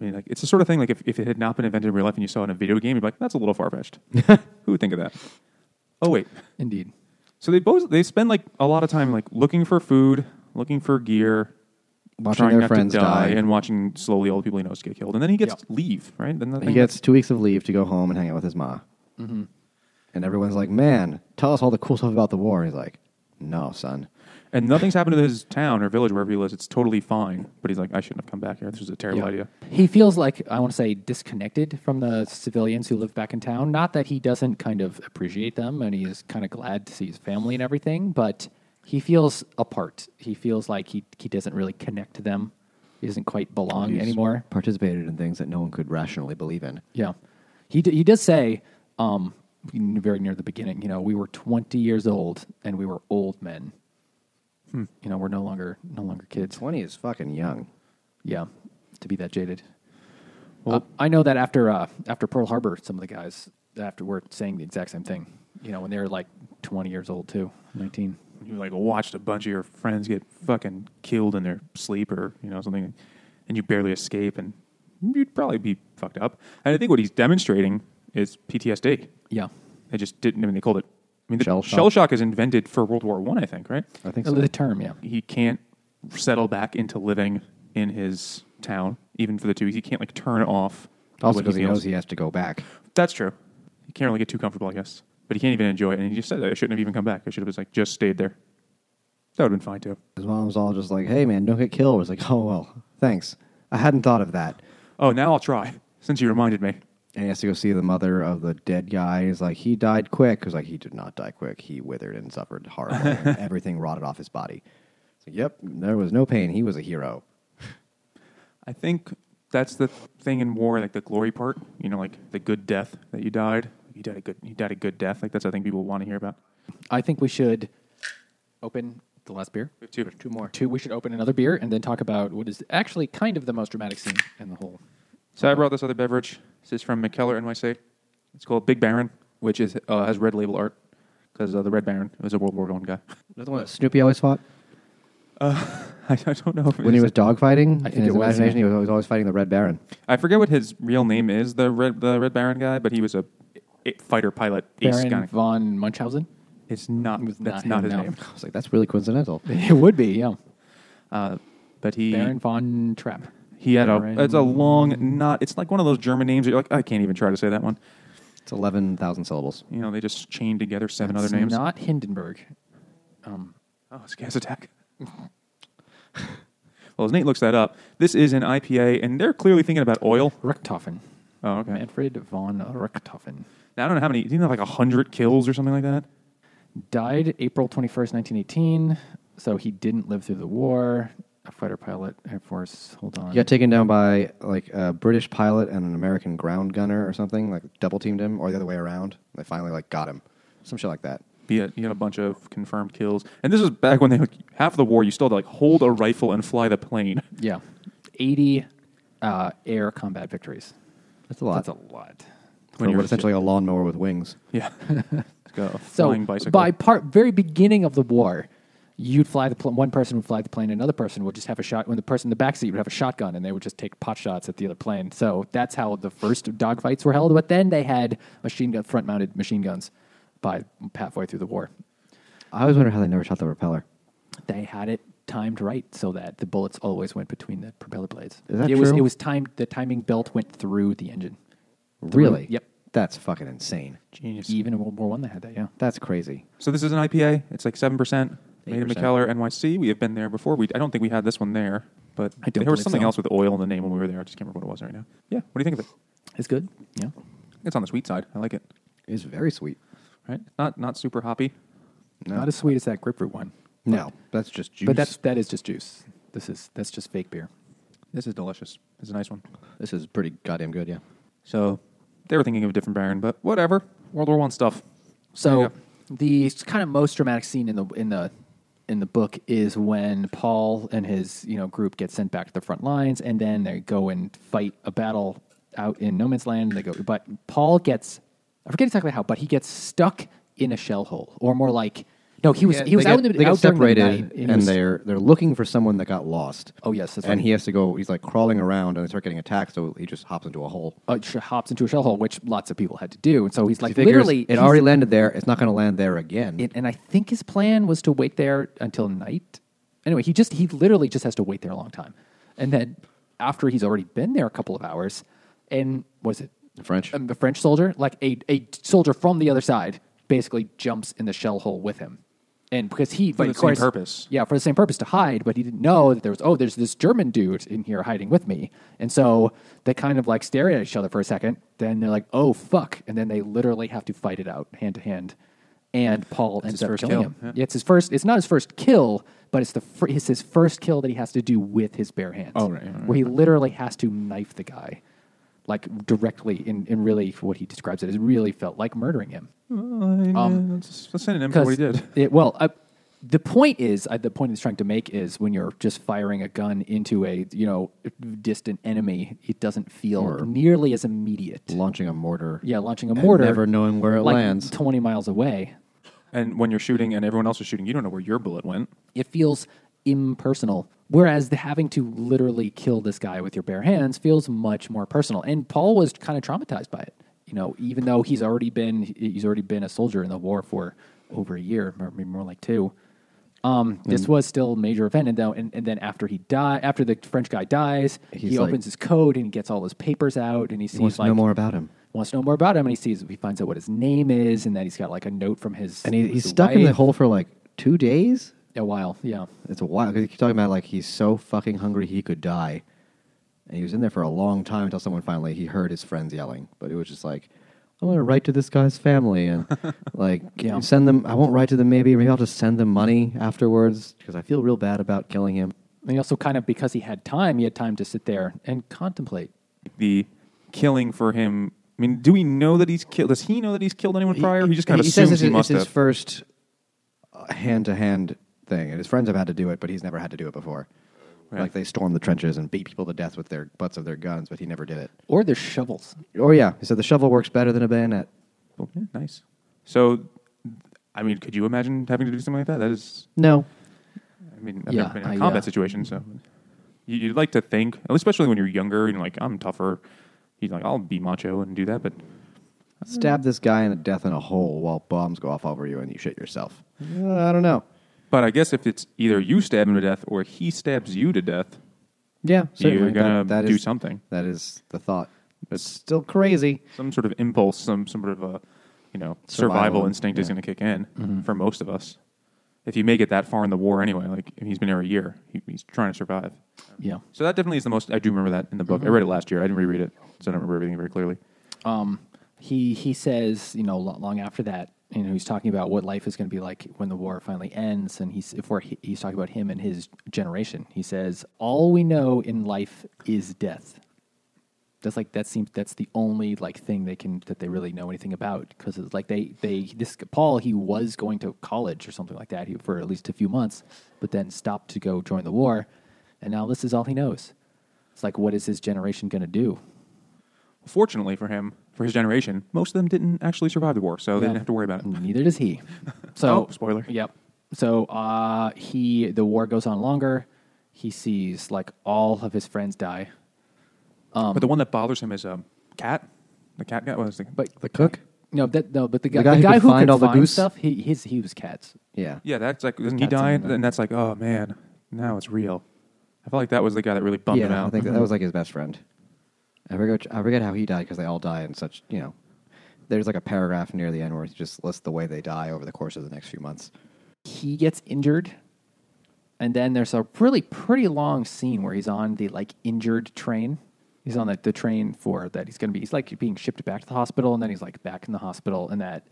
S2: I mean, like it's the sort of thing like if, if it had not been invented in real life and you saw it in a video game, you'd be like, that's a little
S3: *laughs*
S2: far fetched. Who would think of that? Oh wait.
S1: Indeed.
S2: So they both they spend like a lot of time like looking for food, looking for gear,
S3: Watching
S2: trying
S3: their
S2: not
S3: friends
S2: to die,
S3: die.
S2: and watching slowly all the people he knows get killed. And then he gets
S1: Yeah.
S2: leave, right? Then that
S3: He
S2: thing-
S3: gets two weeks of leave to go home and hang out with his ma. And everyone's like, man, tell us all the cool stuff about the war. And he's like, no, son.
S2: and nothing's happened to his town or village wherever he lives. It's totally fine. But he's like, I shouldn't have come back here. This was a terrible
S1: Yeah.
S2: idea.
S1: He feels like I want to say disconnected from the civilians who live back in town. Not that he doesn't kind of appreciate them, and he is kind of glad to see his family and everything, but he feels apart. He feels like he he doesn't really connect to them. He doesn't quite belong
S3: He's
S1: anymore.
S3: Participated in things that no one could rationally believe in.
S1: Yeah, he d- he does say um, very near the beginning. You know, we were twenty years old and we were old men. You know, we're no longer no longer kids.
S3: 20 is fucking young.
S1: Yeah, to be that jaded.
S2: Well-
S1: Well, I know that after uh, after Pearl Harbor, some of the guys after were saying the exact same thing. You know, when they were like twenty years old too, nineteen.
S2: you like watched a bunch of your friends get fucking killed in their sleep or you know something and you barely escape and you'd probably be fucked up and i think what he's demonstrating is ptsd
S1: Yeah,
S2: they just didn't i mean they called it i mean the
S3: Shell
S2: shell
S3: shock.
S2: shock, is invented for world war one I, think right
S3: I think
S1: Uh,
S3: so.
S1: the term. Yeah,
S2: he can't settle back into living in his town even for the two weeks he can't like turn it off
S3: Also
S2: what
S3: because he
S2: feels.
S3: knows he has to go back.
S2: That's true. He can't really get too comfortable, I guess. But he can't even enjoy it. And he just said, I shouldn't have even come back. I should have just like just stayed there. That would have been fine too.
S3: His mom was all just like, hey, man, don't get killed. It's like, oh, well, thanks. I hadn't thought of that.
S2: Oh, now I'll try. Since you reminded me.
S3: And he has to go see the mother of the dead guy. He's like, he died quick. He's like, he did not die quick. He withered and suffered horribly. and everything rotted off his body. yep, there was no pain. He was a hero.
S2: I think that's the thing in war, like the glory part. You know, like the good death that you died. You died a good. You died a good death. Like that's the thing people want to hear about.
S1: I think we should open the last beer.
S2: have two. Two
S1: more. Two. We should open another beer and then talk about what is actually kind of the most dramatic scene in the whole.
S2: So I brought this other beverage. This is from McKellar NYC. It's called Big Baron, which is uh, has red label art because uh, the Red Baron was a World War One guy. *laughs*
S3: Another one that Snoopy always fought
S2: I don't know if it
S3: when he
S2: is-
S3: was dogfighting.
S1: I think
S3: In his
S1: it was,
S3: imagination,
S1: yeah.
S3: he was always fighting the Red Baron. *sighs*
S2: I forget what his real name is. The Red the Red Baron guy, but he was a i- fighter pilot. ace
S1: Baron
S2: guy.
S1: von Munchausen. *laughs*
S2: It's not.
S1: was
S2: That's
S1: not
S2: not,
S1: him,
S2: his
S1: no.
S2: name.
S3: I was like, that's really coincidental.
S1: It would be, yeah.
S2: Uh, but he
S1: Baron von Trapp.
S2: he had
S1: Baron-
S2: a. It's a long not. It's like one of those German names. That you're like I can't even try to say that one.
S3: It's eleven thousand syllables.
S2: You know, they just chained together seven
S1: It's
S2: other names.
S1: Not Hindenburg.
S2: Oh, it's gas attack. *laughs* well, as Nate looks that up, this is an IPA, and they're clearly thinking about oil.
S1: Richthofen.
S2: Oh, okay.
S1: Manfred von Richthofen.
S2: Now, I don't know how many. Didn't they have like hundred kills or something like that?
S1: Died April 21st, 1918. So he didn't live through the war. A fighter pilot, Air Force. Hold on.
S3: He got taken down by like a British pilot and an American ground gunner or something. Like double teamed him, or the other way around. They finally like got him. Some shit like that.
S2: He had, he had a bunch of confirmed kills, and this is back when they half the war. You still had to like hold a rifle and fly the plane. *laughs*
S1: Yeah. 80 uh, air combat victories.
S3: That's a lot.
S1: That's a lot.
S3: for
S2: When you're
S3: what essentially a lawnmower with wings.
S2: Yeah, It's got a
S1: *laughs* So
S2: flying bicycle.
S1: by part very beginning of the war, you'd fly the pl- one person would fly the plane, another person would just have a shot. When the person in the backseat would have a shotgun, and they would just take pot shots at the other plane. So that's how the first dogfights were held. But then they had machine gun front mounted machine guns by halfway through the war.
S3: I always wonder how they never shot the repeller.
S1: They had it timed right so that the bullets always went between the propeller blades.
S3: Is that
S1: it was
S3: true?
S1: it was timed. The timing belt went through the engine.
S3: Really?
S1: Yep.
S3: That's fucking insane.
S2: Genius.
S1: Even in World War One, they had that. Yeah.
S3: That's crazy.
S2: So this is an IPA. It's like seven percent. Made in
S3: 8%.
S2: McKellar, NYC. We have been there before. We I don't think we had this one there, but
S1: I don't
S2: there was
S1: believe
S2: something
S1: so.
S2: else with oil in the name when we were there. I just can't remember what it was right now. Yeah. What do you think of it?
S1: It's good. Yeah.
S2: It's on the sweet side. I like it.
S3: It's very sweet.
S2: Right? Not not super hoppy.
S3: No.
S1: Not as sweet as that grapefruit one.
S3: No, that's just juice.
S1: But that's that is just juice. This is that's just fake beer.
S2: This is delicious. It's a nice one.
S3: this is pretty goddamn good. Yeah.
S2: So they were thinking of a different Baron, but whatever. World War One stuff.
S1: So
S2: Yeah.
S1: the kind of most dramatic scene in the in the in the book is when Paul and his you know group get sent back to the front lines, and then they go and fight a battle out in no man's land. They go, but Paul gets I forget exactly how, but he gets stuck in a shell hole, or more like no, he was he was
S3: they
S1: out
S3: get,
S1: in the
S3: they get
S1: out during the
S3: separated,
S1: night, he
S3: and,
S1: was-
S3: they're they're looking for someone that got lost.
S1: Oh, yes, that's
S3: and
S1: right.
S3: he has to go. He's like crawling around, and they start getting attacked. So he just hops into a hole.
S1: uh, sh- hops into a shell hole, which lots of people had to do, and so he's
S3: He
S1: like
S3: figures,
S1: literally
S3: it
S1: he's-
S3: already landed there. It's not going to land there again.
S1: it, and I think his plan was to wait there until night. Anyway, he just he literally just has to wait there a long time, and then after he's already been there a couple of hours, and what is it?
S3: The French.
S1: um, the French soldier, like a a soldier from the other side, basically jumps in the shell hole with him, and because he
S2: For the
S1: of
S2: same purpose.
S1: yeah, for the same purpose to hide, but he didn't know that there was oh, there's this German dude in here hiding with me, and so they kind of like stare at each other for a second, then they're like oh fuck, and then they literally have to fight it out hand to hand, and Paul ends
S2: his
S1: up
S2: first
S1: killing
S2: kill,
S1: him.
S2: yeah.
S1: Yeah, it's his first. It's not his first kill, but it's the fir- it's his first kill that he has to do with his bare hands.
S2: Oh, right, right, right.
S1: where he literally has to knife the guy, like directly in, in really what he describes it as really felt like murdering him.
S2: Um, that's, that's synonym for what he did.
S1: It, well, I, the point is, I, the point it's trying to make is when you're just firing a gun into a you know distant enemy, it doesn't feel nearly as immediate.
S3: launching a mortar.
S1: yeah, launching a
S3: and
S1: mortar,
S3: never knowing where it
S1: like
S3: lands.
S1: twenty miles away.
S2: And when you're shooting and everyone else is shooting, you don't know where your bullet went.
S1: It feels impersonal. Whereas the having to literally kill this guy with your bare hands feels much more personal. And Paul was kind of traumatized by it. You know, even though he's already been he's already been a soldier in the war for over a year, or maybe more like two. Um, this was still a major event, and though, and, and then after he die, after the French guy dies,
S3: He's
S1: he
S3: like-
S1: opens his code and he gets all his papers out, and he sees
S3: He wants
S1: like
S3: to know more about him.
S1: wants to know more about him, and he sees he finds out what his name is, and then he's got like a note from his
S3: And he,
S1: his
S3: he's stuck in the
S1: wife.
S3: hole for like two days.
S1: a while, yeah.
S3: It's a while. 'cause you keep talking about like he's so fucking hungry he could die, and he was in there for a long time until someone finally he heard his friends yelling. But it was just like, I want to write to this guy's family
S2: *laughs*
S3: and like
S1: Yeah.
S3: send them. I won't write to them. Maybe maybe I'll just send them money afterwards because I feel real bad about killing him.
S1: And he also kind of because he had time, he had time to sit there and contemplate.
S2: The killing for him. I mean, do we know that he's killed? Does he know that he's killed anyone prior? He, just kind of
S3: he
S2: assumes
S3: says it's,
S2: he
S3: it's
S2: must
S3: his
S2: have.
S3: first hand to hand thing, and his friends have had to do it, but he's never had to do it before.
S2: Right.
S3: Like they stormed the trenches and beat people to death with their butts of their guns, but he never did it.
S1: Or there's shovels.
S3: Or yeah, he said the shovel works better than a bayonet.
S2: Well, Oh, yeah, nice. So, I mean, could you imagine having to do something like that? That is,
S3: No,
S2: I mean, I've
S1: Yeah,
S2: never been in a
S1: I,
S2: combat
S1: uh,
S2: situation, so you- you'd like to think, especially when you're younger and like I'm tougher. You're like, I'll be macho and do that, but
S3: stab this guy in the death in a hole while bombs go off over you and you shit yourself. Uh, I don't know.
S2: but I guess if it's either you stab him to death or he stabs you to death,
S3: Yeah, certainly.
S2: you're gonna
S3: That- that
S2: do
S3: is-
S2: something.
S3: That is the thought. It's still crazy.
S2: Some sort of impulse, some some sort of a you know survival,
S3: Survival,
S2: instinct is
S3: yeah. Mm-hmm.
S2: going to kick in for most of us. If you make it that far in the war, anyway, like if he's been there a year, he, he's trying to survive.
S1: Yeah.
S2: So that definitely is the most. I do remember that in the book.
S3: Mm-hmm.
S2: I read it last year. I didn't reread it, so I don't remember everything very clearly.
S1: He he says, you know, lo- long after that, you know, he's talking about what life is going to be like when the war finally ends, and he's if we're, he- he's talking about him and his generation. He says, all we know in life is death. That's like that seems that's the only like thing they can that they really know anything about because it's like they they this Paul he was going to college or something like that he, for at least a few months, but then stopped to go join the war, and now this is all he knows. It's like what is his generation going to do?
S2: Fortunately for him, for his generation, most of them didn't actually survive the war, so they didn't have to worry about it.
S1: Neither
S3: *laughs*
S1: does he. So
S2: Oh, spoiler.
S1: Yep. So uh, he the war goes on longer. He sees like all of his friends die.
S3: Um,
S2: but the one that bothers him is um, cat. The cat guy was. The,
S1: But
S3: The cook?
S1: no, that no, but the guy, the
S3: guy
S1: guy,
S3: who could
S1: who
S3: find
S1: could
S3: all the
S1: find
S3: goose?
S1: stuff, he his he was cats.
S3: Yeah.
S2: yeah, that's like doesn't he
S1: Cat's
S2: die?
S1: in the-
S2: And that's like, oh man, now it's real. I felt like that was the guy that really bummed him
S3: Yeah,
S2: out.
S3: I
S2: *laughs*
S3: think that, that was like his best friend. I forget, I forget how he died because they all die in such, you know. There's like a paragraph near the end where he just lists the way they die over the course of the next few months.
S1: He gets injured, and then there's a really pretty long scene where he's on the like injured train. He's on the, the train for that he's gonna be. He's like being shipped back to the hospital, and then he's like back in the hospital, and that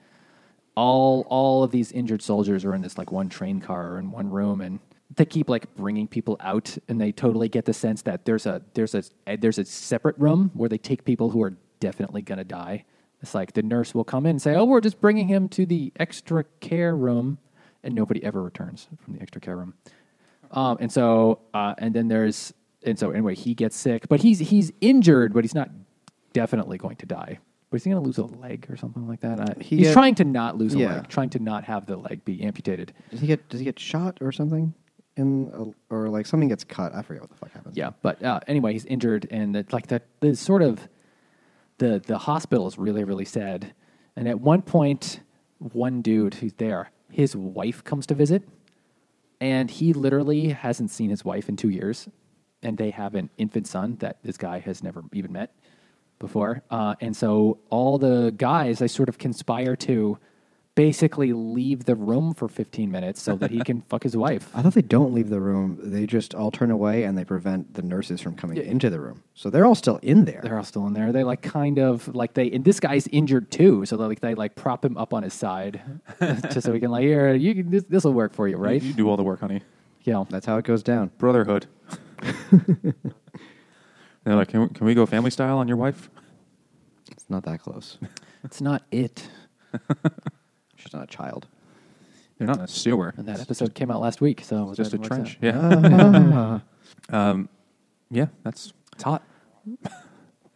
S1: all all of these injured soldiers are in this like one train car or in one room and they keep like bringing people out and they totally get the sense that there's a there's a eh, there's a separate room where they take people who are definitely going to die it's like the nurse will come in and say oh we're just bringing him to the extra care room and nobody ever returns from the extra care room um, and so uh, and then there's and so anyway he gets sick but he's he's injured but he's not definitely going to die but is he going to lose a leg or something like that I,
S3: He
S1: he's
S3: had-
S1: trying trying to not lose a
S3: Yeah.
S1: leg, trying to not have the leg be amputated.
S3: Does he get, does he get shot or something? In a, or like something gets cut. I forget what the fuck happens.
S1: Yeah, but uh, anyway, he's injured, and it's like the the sort of the the hospital is really really sad. And at one point, one dude who's there, his wife comes to visit, and he literally hasn't seen his wife in two years, and they have an infant son that this guy has never even met before. Uh, and so all the guys they sort of conspire to basically leave the room for 15 minutes so that he can fuck his wife.
S3: I thought they don't leave the room. They just all turn away and they prevent the nurses from coming into the room. So they're all still in there.
S1: they're all still in there. They like kind of like they and this guy's injured too, so they like they like prop him up on his side *laughs* just so he can like here you can this this will work for you, right?
S2: You do all the work, honey.
S1: Yeah,
S3: That's how it goes down.
S1: *laughs*
S2: Brotherhood. They're like, can we, can we go family style on your wife?
S3: It's not that close. *laughs*
S1: it's not it.
S3: She's not a child.
S2: They're not in a sewer.
S1: And that episode came out last week, so
S2: It's just a
S1: that works out.
S2: trench. Yeah. *laughs* um, yeah, that's
S1: It's hot.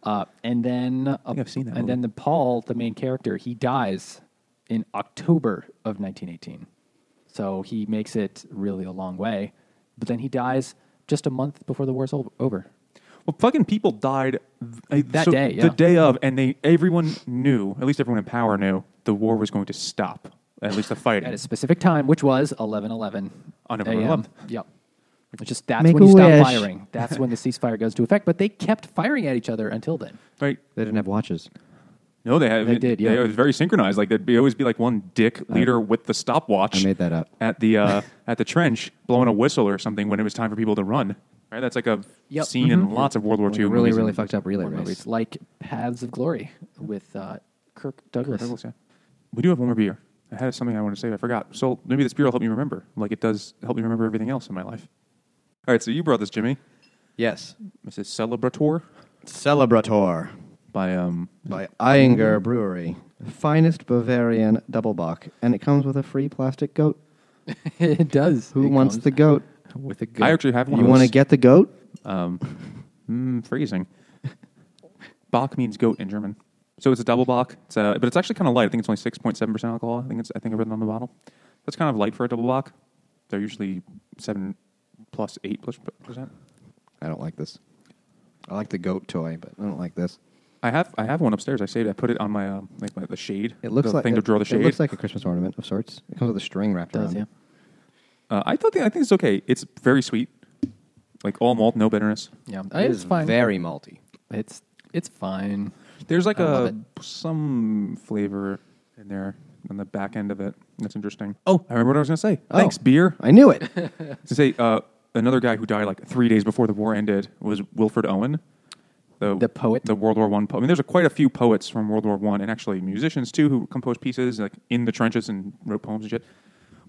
S1: Uh, and then I
S2: think I've seen that
S1: And then the Paul, the main character, he dies in October of 1918. So he makes it really a long way, but then he dies just a month before the war's o- over.
S2: Well, fucking people died th- I-
S1: That
S2: so-
S1: day, yeah.
S2: the day of, and they everyone knew, at least everyone in power knew, the war was going to stop. At least the fighting.
S1: at a specific time, which was 11 11.
S2: On November 11th.
S1: Yep. It's just that's
S3: Make
S1: when
S3: a
S1: you stop
S3: wish.
S1: firing.
S3: *laughs*
S1: That's when the ceasefire goes to effect. But they kept firing at each other until then.
S2: right?
S3: They didn't have watches.
S2: No, they had.
S1: They did, yeah.
S2: It was very synchronized. Like there'd be, always be like one dick leader with the stopwatch.
S3: Uh, I made that up.
S2: at
S3: *laughs*
S2: the uh, at the trench, blowing a whistle or something when it was time for people to run. Right? That's like a
S1: Yep.
S2: scene in lots of World War
S3: mm-hmm. Like
S2: II.
S3: really,
S2: movies
S3: really
S2: and
S3: fucked up relay
S1: Or
S3: race.
S1: movies like Paths of Glory with uh, Kirk Douglas.
S2: Douglas, yeah. We do have one more beer. I had something I wanted to say, but I forgot. So maybe this beer will help me remember, like it does help me remember everything else in my life. All right, so you brought this, Jimmy.
S3: Yes.
S2: This is Celebrator
S3: Celebrator
S2: by um.
S3: by Eyinger Brewery. Finest Bavarian double bock. And it comes with a free plastic goat.
S1: *laughs* it does.
S3: Who
S1: It
S3: wants
S1: comes
S3: the goat?
S1: with a good?
S2: I actually have one.
S3: You
S2: want to
S3: get the goat?
S2: um, mm, phrasing. Bach means goat in German, so it's a double Bach. It's uh but it's actually kind of light. I think it's only six point seven percent alcohol. I think it's I think I've written on the bottle. That's kind of light for a double Bach. They're usually seven plus eight plus percent.
S3: I don't like this. I like the goat toy, but I don't like this.
S2: I have I have one upstairs. I saved. I put it on my um, like my, the shade.
S3: It looks
S2: the
S3: like
S2: thing to
S3: it-
S2: draw the shade.
S3: It looks like a Christmas ornament of sorts. It comes with a string wrapped
S1: Does
S3: around
S1: yeah.
S3: it.
S2: uh, I thought the, I think it's okay. It's very sweet, like all malt, no bitterness.
S1: Yeah,
S3: It
S1: it's
S3: is
S1: fine.
S3: Very malty.
S1: it's it's fine.
S2: There's like
S1: I
S2: a
S1: love
S2: some flavor in there on the back end of it. That's interesting. Oh, I remember what I was gonna say. Thanks,
S3: Oh,
S2: beer.
S3: I knew
S1: *laughs*
S3: it.
S2: to say uh, another guy who died like three days before the war ended was Wilfred Owen, the,
S1: The poet?
S2: the World War One poet. I mean, there's a, quite a few poets from World War One, and actually musicians too, who composed pieces like in the trenches and wrote poems and shit.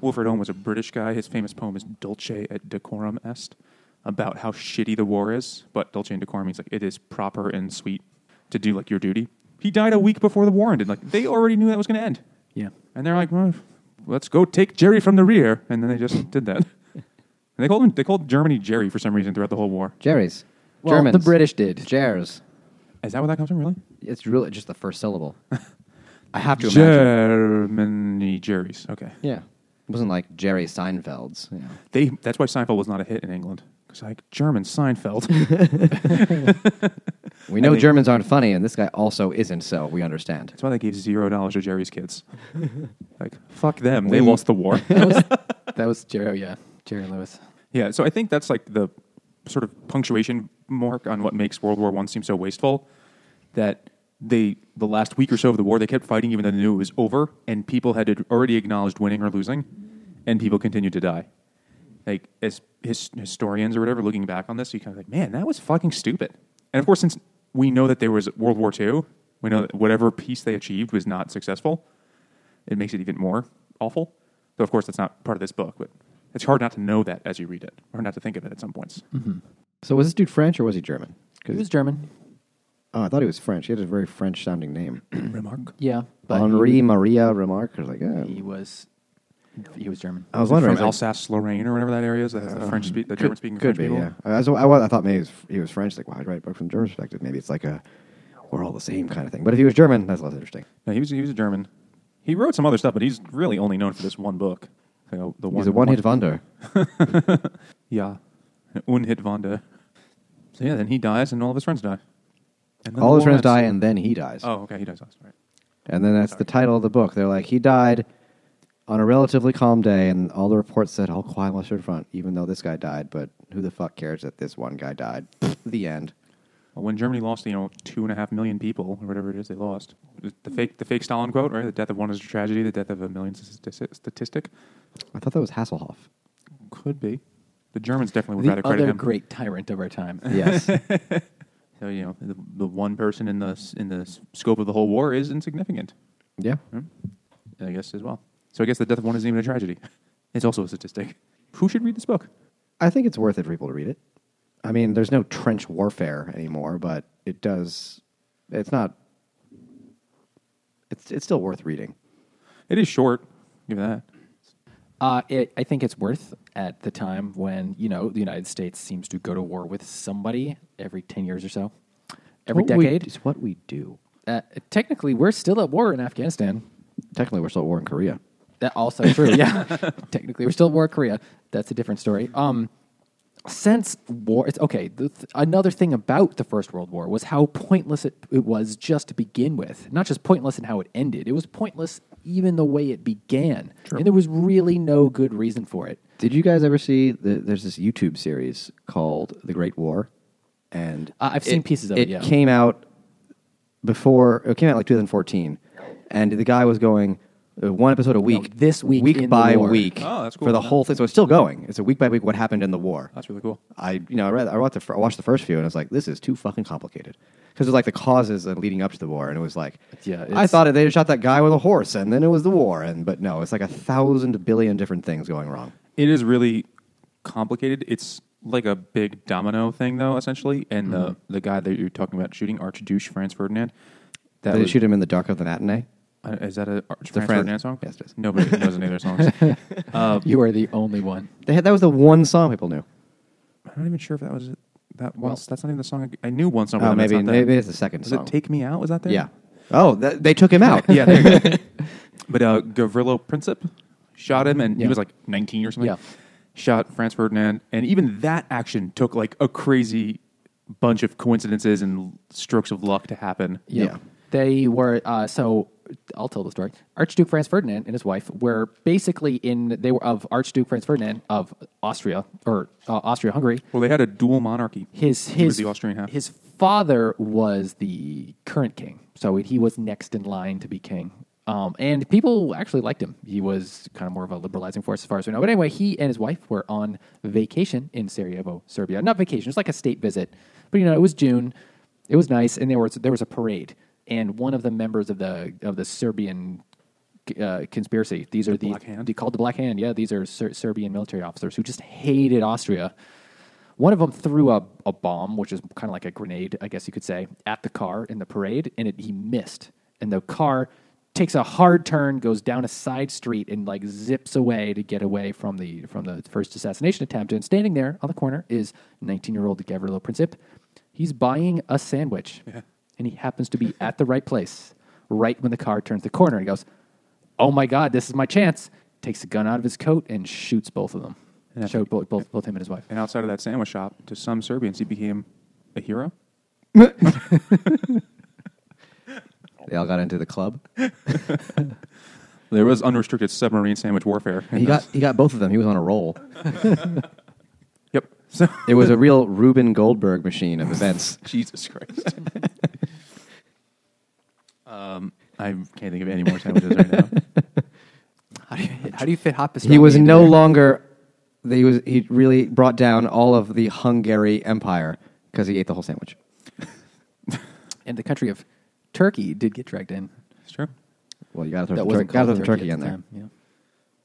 S2: Wilfred Owen was a British guy. His famous poem is "Dulce et Decorum Est," about how shitty the war is, but dulce and decorum means like it is proper and sweet to do like your duty. He died a week before the war ended. Like they already knew that was going to end,
S1: Yeah,
S2: and they're like, well, "Let's go take Jerry from the rear," and then they *laughs* just did that. And they called him, they called Germany Jerry for some reason throughout the whole war.
S3: Jerry's.
S1: Well,
S3: Germans.
S1: the British did.
S3: Jers.
S2: Is that where that comes from? Really?
S3: It's really just the first syllable. *laughs* I have to imagine.
S2: Germany Jerry's. Okay.
S3: Yeah. It wasn't like Jerry Seinfeld's. You know.
S2: They. That's why Seinfeld was not a hit in England. Because like German *laughs* Seinfeld.
S3: We know Germans aren't funny, and this guy also isn't, so we understand.
S2: that's why they gave zero dollars to Jerry's kids. like fuck them. They
S3: We-
S2: lost the war.
S3: *laughs*
S1: that was Jerry. Yeah, Jerry Lewis.
S2: Yeah, so I think that's like the sort of punctuation mark on what makes World War One seem so wasteful. That they the last week or so of the war they kept fighting even though they knew it was over, and people had already acknowledged winning or losing, and people continued to die. Like as his, historians or whatever looking back on this, you kind of like, man, that was fucking stupid. And of course, since we know that there was World War Two, we know that whatever peace they achieved was not successful it makes it even more awful. Though, of course, that's not part of this book, but it's hard not to know that as you read it, or not to think of it at some points.
S3: So was this dude French or was he German?
S1: He was German.
S3: Oh, I thought he was French. He had a very French sounding *clears throat* name.
S2: Remark.
S1: Yeah, but
S3: Henri Maria Remarque. I was like, eh.
S1: he, he was he was German.
S3: I was
S2: From
S3: wondering. I was like,
S2: Alsace Lorraine or whatever that area is, that's the French spe- the German speaking
S3: Uh, could
S2: French
S3: be,
S2: people.
S3: yeah. I, was- I wa- I thought maybe he was, he was French. Like, wow, I'd write a book from a German perspective. Maybe it's like a we're all the same kind of thing. But if he was German, that's less interesting.
S2: No, he was he was a German. He wrote some other stuff, but he's really only known for this one book. You know, the one,
S3: He's a one hit wonder.
S2: Yeah, Un Hit Wonder. So yeah, then he dies, and all of his friends die. And then
S3: All
S2: the
S3: his
S2: war
S3: friends die,
S2: ends.
S3: and then he dies.
S2: Oh, okay, he dies last. Right.
S3: And then that's the title of the book. They're like, he died on a relatively calm day, and all the reports said, all quiet on the Western front, even though this guy died, but who the fuck cares that this one guy died? the end.
S2: Well, when Germany lost, you know, two and a half million people or whatever it is they lost, the fake the fake Stalin quote, right? The death of one is a tragedy. The death of a million is a stati- statistic.
S3: I thought that was Hasselhoff.
S2: Could be. The Germans definitely would rather
S1: the
S2: credit
S1: other
S2: him.
S1: great tyrant of
S3: *laughs*
S1: our time.
S2: *laughs*
S3: Yes.
S2: So, you know, the, the one person in the s- in the s- scope of the whole war is insignificant.
S3: yeah.
S2: Hmm? I guess as well. So I guess the death of one isn't even a tragedy. It's also a statistic. Who should read this book?
S3: I think it's worth it for people to read it. I mean, there's no trench warfare anymore, but it does. It's not. It's, it's still worth reading.
S2: It is short. Give it that.
S1: Uh, it, I think it's worth at the time when you know the United States seems to go to war with somebody every ten years or so, every
S3: What we-
S1: decade.
S3: It's what we do.
S1: uh, technically, we're still at war in Afghanistan.
S3: Technically, we're still at war in Korea.
S1: That also true. Yeah, technically, we're still at war with Korea. That's a different story. Um, since war, it's okay. The th- another thing about the First World War was how pointless it, it was just to begin with. Not just pointless in how it ended; it was pointless even the way it began, and there was really no good reason for it.
S3: Did you guys ever see the, there's this YouTube series called The Great War? And
S1: Uh, I've seen pieces of it, yeah.
S3: came out before it came out like 2014, and the guy was going, Uh, one episode a week.
S1: this week in the
S3: week by
S1: war.
S3: week.
S2: Oh, that's cool.
S3: For the whole thing, so it's still going. It's a week by week. What happened in the war?
S2: That's really cool.
S3: I you know I read I watched the, fir- I watched the first few and I was like this is too fucking complicated because it was like the causes that leading up to the war and it was like
S1: Yeah,
S3: I
S1: it's-
S3: thought they shot that guy with a horse and then it was the war and but no it's like a thousand billion different things going wrong
S2: It is really complicated. It's like a big domino thing, though, essentially. And the
S3: Mm-hmm.
S2: the guy that you're talking about shooting, Archduke Franz Ferdinand, that
S3: they
S2: was,
S3: shoot him in the dark of the matinee
S2: uh, is that a Arch
S3: The Fran-
S2: Franz Ferdinand song?
S3: Yes, it is. *laughs*
S2: Nobody knows any of their songs. I'm
S1: you are the only one.
S3: they had that was the one song people knew
S2: not even sure if that was it. That was that's not even the song. I, I knew one song. by
S3: Oh,
S2: them, it's
S3: maybe-
S2: not that.
S3: maybe it's the second
S2: was
S3: song.
S2: it "Take Me Out"? Was that there?
S3: yeah oh that, they took him out
S1: *laughs*
S3: *laughs*
S2: yeah. There you go. *laughs* but uh, Gavrilo Princip shot him, and he
S1: Yeah.
S2: was like 19 or something.
S1: Yeah.
S2: Shot Franz Ferdinand, and even that action took like a crazy bunch of coincidences and strokes of luck to happen.
S1: Yep.
S3: Yeah.
S1: They were uh, so I'll tell the story. Archduke Franz Ferdinand and his wife were basically in they were of Archduke Franz Ferdinand of Austria or uh, Austria-Hungary.
S2: Well, they had a dual monarchy.
S1: His
S2: He was
S1: his
S2: the Austrian half.
S1: his father was the current king. So he was next in line to be king. Um, and people actually liked him. He was kind of more of a liberalizing force as far as we know. But anyway, he and his wife were on vacation in Sarajevo, Serbia. Not vacation, it was like a state visit. But you know, it was June. It was nice, and there was there was a parade, and one of the members of the of the Serbian uh, conspiracy. These are the
S2: Black Hand?
S1: they called the Black Hand. Yeah, these are Ser- Serbian military officers who just hated Austria. One of them threw a, a bomb, which is kind of like a grenade, I guess you could say, at the car in the parade, and it, he missed. And the car takes a hard turn, goes down a side street, and like zips away to get away from the from the first assassination attempt. And standing there on the corner is 19 year old Gavrilo Princip. He's buying a sandwich, and he happens to be at the right place, right when the car turns the corner. He goes, "Oh my God, this is my chance!" Takes a gun out of his coat and shoots both of them.
S2: And I
S1: Showed both, both both him and his wife.
S2: And outside of that sandwich shop, to some Serbians, he became a hero.
S3: they all got into the club
S2: There was unrestricted submarine sandwich warfare.
S3: he got he got both of them he was on a roll
S2: Yep. So
S3: it was a real Reuben Goldberg machine of events
S2: *laughs* Jesus Christ. *laughs* um, I can't think of any more sandwiches right now.
S1: How do you, how do you fit hot pastrami?
S3: he was
S1: into
S3: no
S1: there?
S3: longer he was he really brought down all of the Hungary empire because he ate the whole sandwich.
S1: and the country of Turkey did get dragged in.
S2: It's true.
S3: Well, you got to throw,
S1: That
S3: the, tur-
S1: wasn't
S3: gotta throw
S1: called
S3: the
S1: Turkey,
S3: turkey,
S1: at
S3: in
S1: the
S3: there.
S1: time, yeah.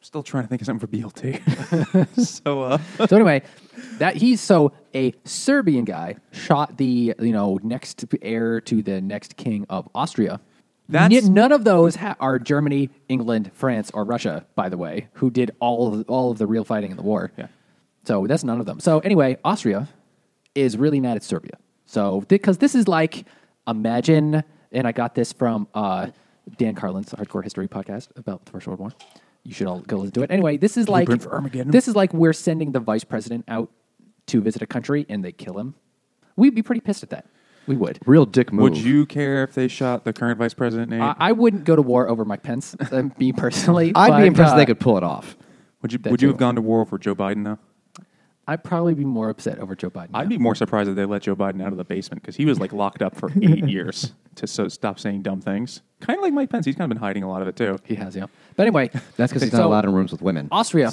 S2: Still trying to think of something for *laughs* BLT. so, uh,
S1: so anyway, that he's so a Serbian guy shot the you know next heir to the next king of Austria.
S2: That's-
S1: N- none of those ha- are Germany, England, France, or Russia, by the way, who did all of, all of the real fighting in the war.
S2: Yeah.
S1: So that's none of them. So anyway, Austria is really mad at Serbia. So because this is like imagine, and I got this from uh, Dan Carlin's Hardcore History podcast about the First World War. You should all go listen to it. Anyway, this is like
S2: Blueprint for Armageddon.
S1: this is like we're sending the vice president out to visit a country and they kill him. We'd be pretty pissed at that. We would.
S3: Real dick move.
S2: would you care if they shot the current vice president, Nate?
S1: I, I wouldn't go to war over Mike Pence, uh, me personally.
S3: *laughs* I'd
S1: but,
S3: be impressed
S1: uh,
S3: if they could pull it off.
S2: would you
S1: that
S2: Would you
S1: too.
S2: have gone to war for Joe Biden though?
S1: uh, I'd probably be more upset over Joe Biden.
S2: I'd be more surprised that they let Joe Biden out of the basement because he was like locked up for *laughs* eight years to so stop saying dumb things. Kind of like Mike Pence. He's kind of been hiding a lot of it too.
S1: he has, yeah. But anyway,
S3: *laughs* That's because he's not
S1: so-
S3: allowed in rooms with women. *laughs*
S1: Austria.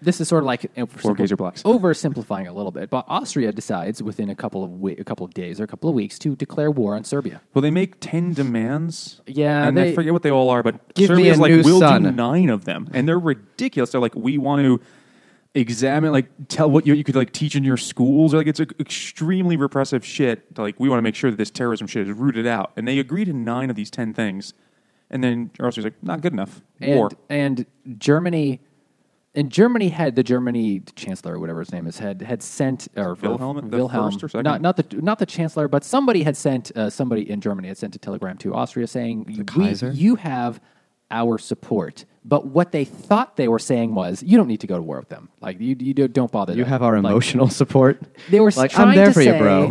S1: this is sort of like
S2: Four gays or blacks.
S1: oversimplifying a little bit, but Austria decides within a couple of we- a couple of days or a couple of weeks to declare war on Serbia.
S2: Well, they make ten demands.
S1: Yeah,
S2: and I
S1: they-
S2: forget what they all are, but
S3: Give me
S2: Serbia's
S3: a
S2: like,
S3: new
S2: we'll do
S3: son."
S2: nine of them, and they're ridiculous. They're like, we want to examine, like, tell what you, you could like teach in your schools. Like, it's like, extremely repressive shit. Like, we want to make sure that this terrorism shit is rooted out, and they agree to nine of these ten things, and then Austria's like, not good enough.
S1: And,
S2: War.
S1: and Germany and Germany had the Germany chancellor or whatever his name is had had sent or
S2: Wilhelm, the
S1: Wilhelm
S2: first or second?
S1: not not the not the chancellor but somebody had sent uh, somebody in Germany had sent a telegram to Austria saying "We-
S3: Kaiser?
S1: you have our support but what they thought they were saying was you don't need to go to war with them like you you don't- don't bother
S3: You
S1: them.
S3: have our
S1: Like,
S3: emotional *laughs* support.
S1: They were
S3: like,
S1: trying
S3: I'm there
S1: to
S3: for
S1: say,
S3: you, bro.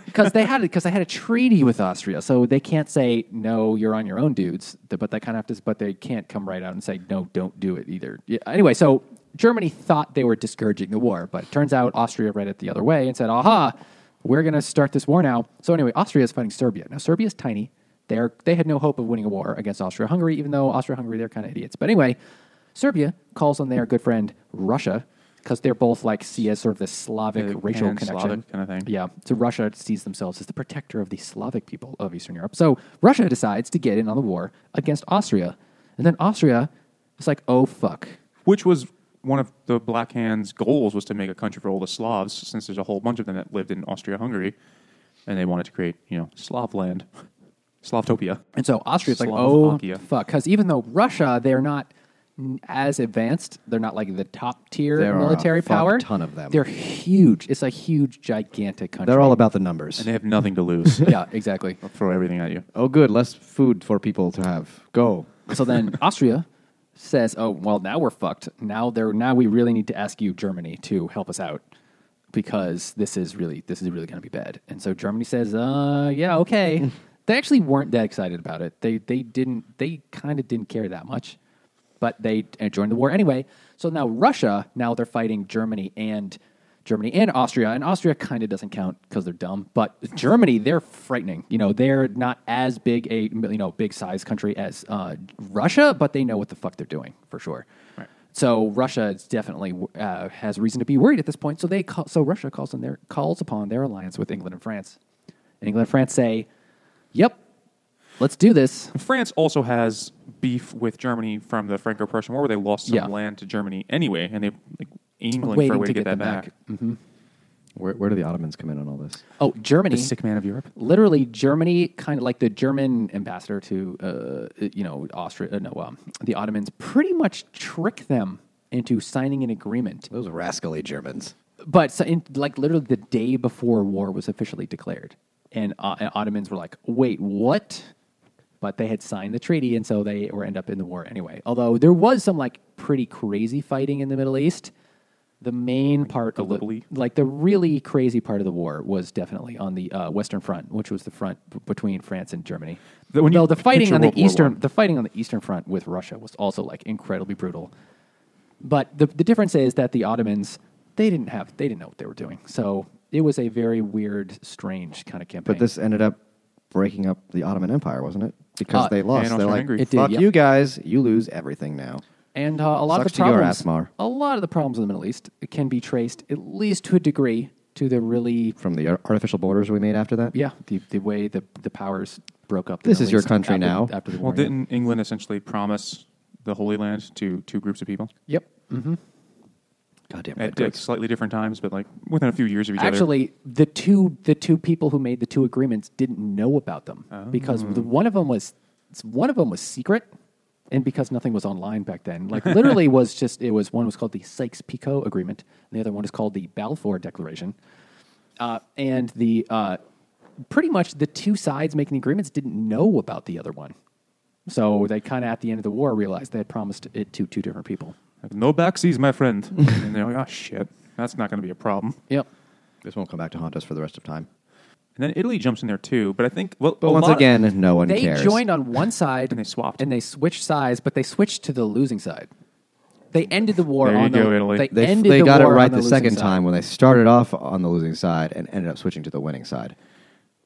S1: *laughs* Because they had because they had a treaty with Austria, so they can't say no. You're on your own, dudes. Th- But they kind of have to. But they can't come right out and say no. Don't do it either. Yeah, anyway, so Germany thought they were discouraging the war, but it turns out Austria read it the other way and said, "Aha, we're going to start this war now." So anyway, Austria is fighting Serbia. Now Serbia is tiny. They're, they had no hope of winning a war against Austria-Hungary, even though Austria-Hungary, they're kind of idiots. But anyway, Serbia calls on their good friend Russia because they're both like see as sort of this Slavic
S2: Yeah,
S1: racial connection.
S2: pan-Slavic kinda thing.
S1: Yeah. So Russia sees themselves as the protector of the Slavic people of Eastern Europe. So Russia decides to get in on the war against Austria. And then Austria is like, oh, fuck.
S2: which was one of the Black Hand's goals was to make a country for all the Slavs, since there's a whole bunch of them that lived in Austria-Hungary, and they wanted to create, you know, Slav land, Slavtopia.
S1: And so Austria's like, oh,
S2: Slovakia.
S1: fuck. Because even though Russia, they're not n- as advanced, they're not like the top tier
S3: There are a
S1: military
S3: fuck
S1: power.
S3: ton of them.
S1: They're huge. It's a huge, gigantic country.
S3: *laughs* They're all about the numbers.
S2: And they have nothing to *laughs* lose.
S1: yeah, exactly.
S2: They'll throw everything at you.
S3: oh, good, less food for people to have. Go.
S1: So then Austria says, "Oh, well, now we're fucked. Now there, now we really need to ask you, Germany, to help us out because this is really this is really going to be bad." And so Germany says, "Uh, yeah, okay." they actually weren't that excited about it. They they didn't they kind of didn't care that much, but they uh, joined the war anyway. So now Russia, now they're fighting Germany and. Germany and Austria, and Austria kind of doesn't count because they're dumb. But Germany, they're frightening. You know, they're not as big a you know big size country as uh, Russia, but they know what the fuck they're doing for sure.
S2: Right.
S1: So Russia is definitely uh, has reason to be worried at this point. So they call, so Russia calls on their calls upon their alliance with England and France. And England and France say, "Yep, let's do this."
S2: France also has beef with Germany from the Franco-Prussian War, where they lost some
S1: Yeah.
S2: land to Germany anyway, and they like England for a
S1: Waiting
S2: way to, get, that
S1: them
S2: back.
S3: Where, where do the Ottomans come in on all this?
S1: Oh, Germany,
S2: The sick man of Europe.
S1: literally Germany, kind of like the German ambassador to, uh, you know, Austria, uh, no, um, the Ottomans, pretty much trick them into signing an agreement.
S3: Those rascally Germans.
S1: But so in, like literally the day before war was officially declared, and, uh, and Ottomans were like, "Wait, what?" But they had signed the treaty, and so they were end up in the war anyway. Although there was some like pretty crazy fighting in the Middle East. The main part
S2: Gallipoli?
S1: of the like the really crazy part of the war was definitely on the uh, Western Front, which was the front b- between France and Germany.
S2: The- when you
S1: Though the fighting
S2: picture
S1: on the
S2: World War
S1: eastern
S2: One.
S1: the fighting on the eastern front with Russia was also like incredibly brutal. But the, the difference is that the Ottomans they didn't have they didn't know what they were doing. So it was a very weird, strange kind of campaign.
S3: But this ended up breaking up the Ottoman Empire, wasn't it? Because
S1: Uh,
S3: they lost.
S2: yeah, and
S3: They're like,
S2: Austria-Hungary.
S1: It did,
S3: fuck
S1: yep.
S3: you guys. You lose everything now.
S1: and uh, a lot of
S3: Sucks
S1: the
S3: to your
S1: problems
S3: ass, Mar.
S1: a lot of the problems in the Middle East can be traced at least to a degree to the really
S3: From the ar- artificial borders we made after that?
S1: yeah the, the way the the powers broke up. the
S3: This
S1: Middle
S3: is your
S1: East
S3: country
S1: after-
S3: now.
S1: After the war,
S2: Well,
S1: yeah.
S2: didn't England essentially promise the Holy Land to two groups of people
S1: yep. Mm-hmm.
S3: Goddamn
S2: at
S3: right.
S2: like, slightly different times, but like within a few years of each other?
S1: Actually, the two the two people who made the two agreements didn't know about them because
S2: Oh.
S1: the, one of them was one of them was secret, and because nothing was online back then, like literally was just it was one was called the Sykes Picot Agreement, and the other one is called the Balfour Declaration, uh, and the uh, pretty much the two sides making the agreements didn't know about the other one, so they kind of at the end of the war realized they had promised it to two different people.
S2: Like, no backseas, my friend.
S3: *laughs*
S2: and they're like, oh, shit, that's not going to be a problem.
S1: Yep.
S3: This won't come back to haunt us for the rest of time.
S2: And then Italy jumps in there too. But I think, well,
S3: But
S2: a
S3: once
S2: lot-
S3: again, no one
S1: they
S3: cares.
S1: joined
S2: *laughs*
S1: on one side
S2: And they swapped.
S1: and they switched sides, but they switched to the losing side. They ended the war.
S2: There you
S1: on the,
S2: go, Italy.
S1: They,
S3: they f-
S1: ended
S3: they
S1: the
S3: got it
S1: war on
S3: right
S1: the
S3: the,
S1: losing
S3: second
S1: side.
S3: time when they started off on the losing side and ended up switching to the winning side.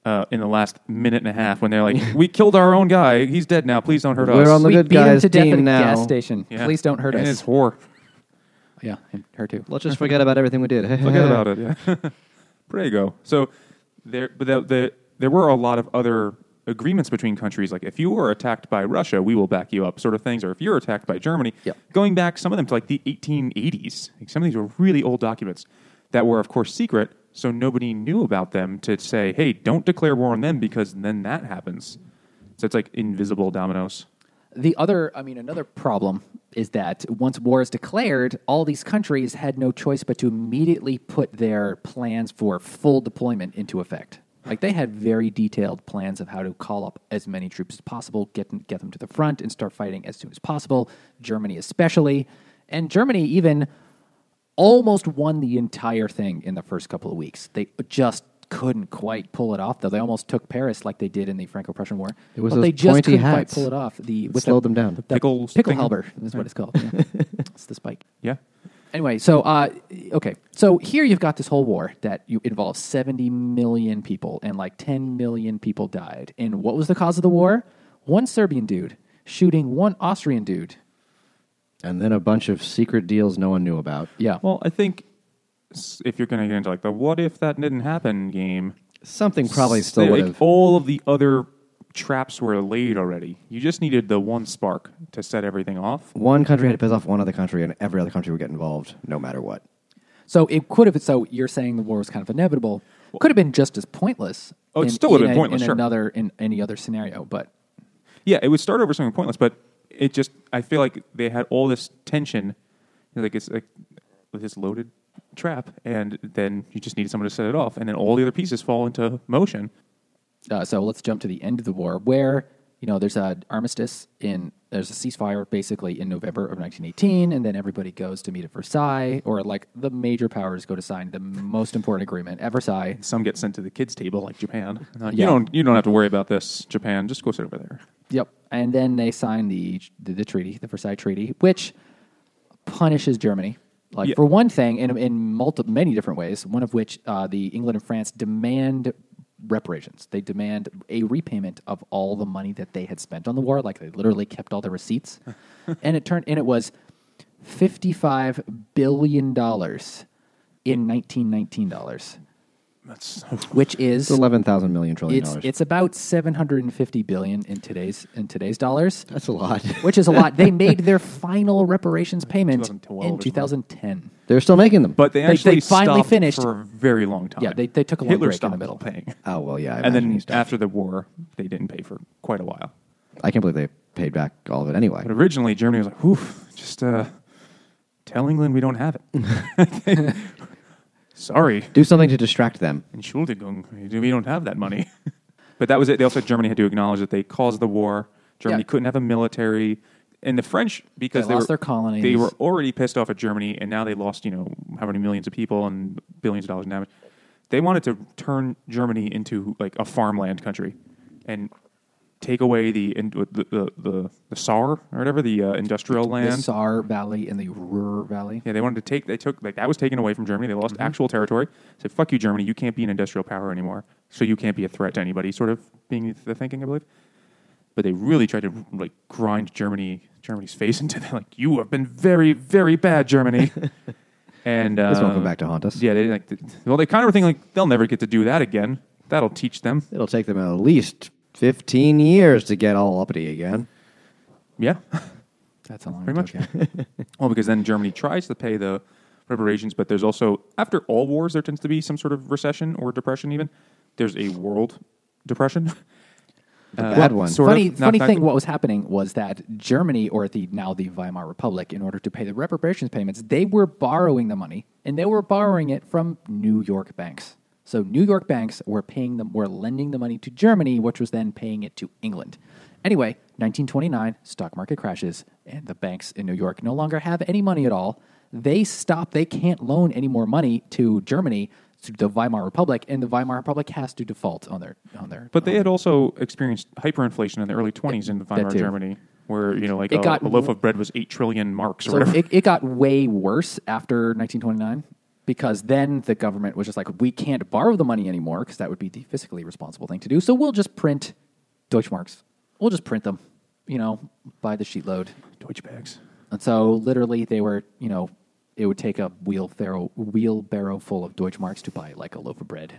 S2: uh, in the last minute and a half, when they're
S3: *laughs*
S2: like, we killed our own guy, he's dead now. Please don't hurt
S3: We're
S2: us.
S3: on the
S1: we
S3: good
S1: beat 'em
S3: guys
S1: to death
S3: team
S1: at a
S3: now.
S1: gas station.
S2: Yeah.
S1: Please don't hurt
S2: and
S1: us.
S2: It's war.
S1: yeah, and her too.
S3: Let's *laughs* just forget about everything we did. *laughs*
S2: Forget about it. *laughs* Yeah. Prego. So there, but the, the, there were a lot of other agreements between countries. Like if you were attacked by Russia, we will back you up, sort of things. Or if you're attacked by Germany,
S3: Yep.
S2: going back some of them to like the 1880s. Like, some of these were really old documents that were, of course, secret. So nobody knew about them to say, hey, don't declare war on them because then that happens. So it's like invisible dominoes.
S1: The other, I mean, another problem is that once war is declared, all these countries had no choice but to immediately put their plans for full deployment into effect. Like they had very detailed plans of how to call up as many troops as possible, get them- get them to the front, and start fighting as soon as possible. Germany, especially, and Germany even almost won the entire thing in the first couple of weeks. They just couldn't quite pull it off, though. They almost took Paris like they did in the Franco-Prussian War.
S3: It was
S1: but
S3: those
S1: they just
S3: pointy
S1: couldn't
S3: hats.
S1: quite pull it off. The
S3: slowed them down.
S1: the
S2: Pickles
S1: pickle
S2: thing. *laughs*
S1: halber is what it's called. yeah. it's the spike.
S2: Yeah.
S1: Anyway, so uh, okay, so here you've got this whole war that you involves seventy million people, and like ten million people died. And what was the cause of the war? One Serbian dude shooting one Austrian dude.
S3: And then a bunch of secret deals no one knew about.
S1: Yeah,
S2: Well, I think s- if you're going to get into like the what if that didn't happen game,
S3: Something probably still
S2: like,
S3: would have.
S2: all of the other traps were laid already. You just needed the one spark to set everything off.
S3: One country had to piss off one other country, and every other country would get involved no matter what.
S1: so it could have. So you're saying the war was kind of inevitable. Could have been just as pointless.
S2: Oh, it
S1: in-
S2: still would have
S1: in
S2: been
S1: a-
S2: pointless,
S1: in
S2: sure.
S1: another in any other scenario, but
S2: Yeah, it would start over something pointless, but it just I feel like they had all this tension, you know, like it's like this loaded trap, and then you just needed someone to set it off, and then all the other pieces fall into motion.
S1: Uh, so let's jump to the end of the war, where you know there's an armistice in there's a ceasefire basically in November of 1918, and then everybody goes to meet at Versailles, or like the major powers go to sign the most important agreement at Versailles.
S2: Some get sent to the kids' table, like Japan. Uh, You
S1: Yeah.
S2: don't you don't have to worry about this, Japan. Just go sit over there.
S1: Yep, and then they sign the the, the treaty, the Versailles Treaty, which punishes Germany. Like
S2: Yeah.
S1: for one thing, in in multi, many different ways. One of which, uh, the England and France demand reparations. They demand a repayment of all the money that they had spent on the war. Like they literally kept all the receipts, and it turned and it was fifty five billion dollars in nineteen nineteen dollars,
S2: That's
S1: which is
S3: It's 11,000 million trillion
S1: it's
S3: dollars.
S1: it's about seven hundred and fifty billion in today's in today's dollars
S3: That's a lot.
S1: which is a lot. They made
S2: *laughs*
S1: their final reparations payment
S2: 2012
S1: in
S2: or
S1: 2010.
S3: *laughs* They're still making them.
S2: But they
S1: They- they
S2: actually
S1: finally
S2: stopped
S1: finished-
S2: for a very long time.
S1: Yeah, they- they took a long
S2: Hitler
S1: break in
S2: stopped
S1: the middle.
S2: paying,
S3: oh, well, yeah. I
S2: and
S3: imagine
S2: then
S3: he's done.
S2: after the war, they didn't pay for quite a while.
S3: I can't believe they paid back all of it anyway.
S2: But originally, Germany was like, "Oof, just uh, tell England we don't have it." *laughs*
S3: *laughs*
S2: Sorry,
S3: Do something to distract them.
S2: Entschuldigung, we don't have that money. *laughs* but that was it. They also Germany had to acknowledge that they caused the war. Germany
S1: Yeah.
S2: couldn't have a military, and the French because
S1: They
S2: they,
S1: lost
S2: were,
S1: their colonies.
S2: They were already pissed off at Germany, and now they lost you know how many millions of people and billions of dollars in damage. They wanted to turn Germany into like a farmland country, and take away the in- the the, the, the Saar or whatever the uh, industrial
S1: The
S2: land.
S1: Saar Valley and the Ruhr Valley.
S2: Yeah, they wanted to take. They took like that was taken away from Germany. They
S3: Mm-hmm.
S2: lost actual territory. Said, "Fuck you, Germany. You can't be an industrial power anymore. So you can't be a threat to anybody." Sort of being the thinking, I believe. But they really tried to like grind Germany, Germany's face *laughs* into that. Like you have been very, very bad,
S3: *laughs*
S2: Germany. and uh,
S3: This won't come back to haunt us.
S2: Yeah, they like. Well, they kind of were thinking like they'll never get to do that again. That'll teach them.
S3: It'll take them at least 15 years to get all uppity again.
S2: Yeah.
S1: That's a long
S2: Pretty much.
S1: time.
S2: well, because then Germany tries to pay the reparations, but there's also after all wars there tends to be some sort of recession or depression. Even there's a world depression. *laughs*
S3: The bad one.
S2: sort
S1: funny
S2: of, not-
S1: funny
S2: not-
S1: thing. What was happening was that Germany, or the now the Weimar Republic, in order to pay the reparations payments, they were borrowing the money and they were borrowing it from New York banks. So New York banks were paying them, were lending the money to Germany, which was then paying it to England. Anyway, 1929 stock market crashes, and the banks in New York no longer have any money at all. They stop. They can't loan any more money to Germany. To the Weimar Republic, and the Weimar Republic has to default on their on their.
S2: But they had also experienced hyperinflation in the early 20s in Weimar
S1: too.
S2: Germany, where you know like
S1: It
S2: a,
S1: got-
S2: a loaf of bread was eight trillion marks or
S1: So
S2: whatever.
S1: it, it got way worse after 1929 because then the government was just like, we can't borrow the money anymore because that would be the fiscally responsible thing to do. So we'll just print Deutschmarks. We'll just print them, you know, by the sheet load.
S2: Deutsche bags.
S1: And so literally they were, you know, it would take a wheelbarrow, wheelbarrow full of Deutschmarks to buy like a loaf of bread.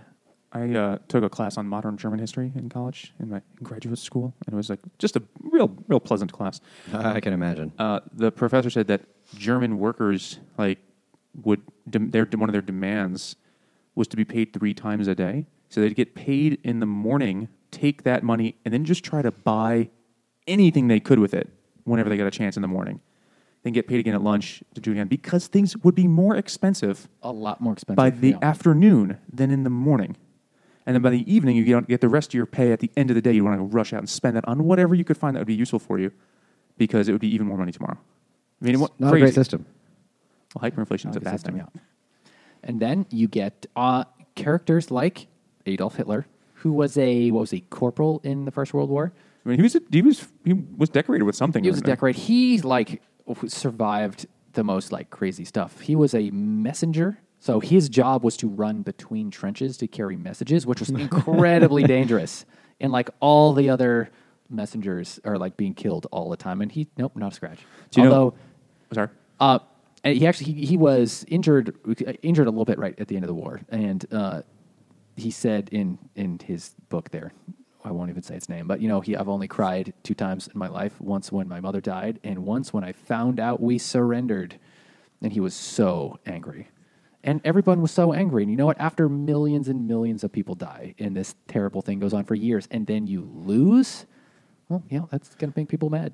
S2: I uh, took a class on modern German history in college in my graduate school, and it was like just a real, real pleasant class.
S3: I can imagine.
S2: uh, the professor said that German workers like would dem their one of their demands was to be paid three times a day. So they'd get paid in the morning, take that money, and then just try to buy anything they could with it whenever they got a chance in the morning. Then get paid again at lunch to do it again because things would be more expensive
S1: A lot more expensive.
S2: by the
S1: yeah.
S2: afternoon than in the morning. And then by the evening, you get, get the rest of your pay at the end of the day. You want to rush out and spend that on whatever you could find that would be useful for you because it would be even more money tomorrow. I mean, what,
S3: Not
S2: crazy.
S3: a great system.
S2: Well, hyperinflation is a
S1: Like
S2: bad
S1: system,
S2: thing.
S1: yeah. And then you get uh, characters like Adolf Hitler, who was a what was he corporal in the First World War.
S2: I mean, he was, he was, he was decorated with something.
S1: He was a
S2: wasn't
S1: decorated. He like w- survived the most like crazy stuff. He was a messenger. So his job was to run between trenches to carry
S2: *laughs*
S1: messages, which was incredibly dangerous. And like all the other messengers are like being killed all the time. And he, nope, not a scratch.
S2: Do you know-
S1: Although,
S2: Sorry.
S1: uh, and he actually he, he was injured injured a little bit right at the end of the war, and uh, he said in in his book there, I won't even say its name, but you know he I've only cried two times in my life: once when my mother died, and once when I found out we surrendered. And he was so angry, and everyone was so angry. And you know what? After millions and millions of people die, and this terrible thing goes on for years, and then you lose, well, you know that's gonna make people mad.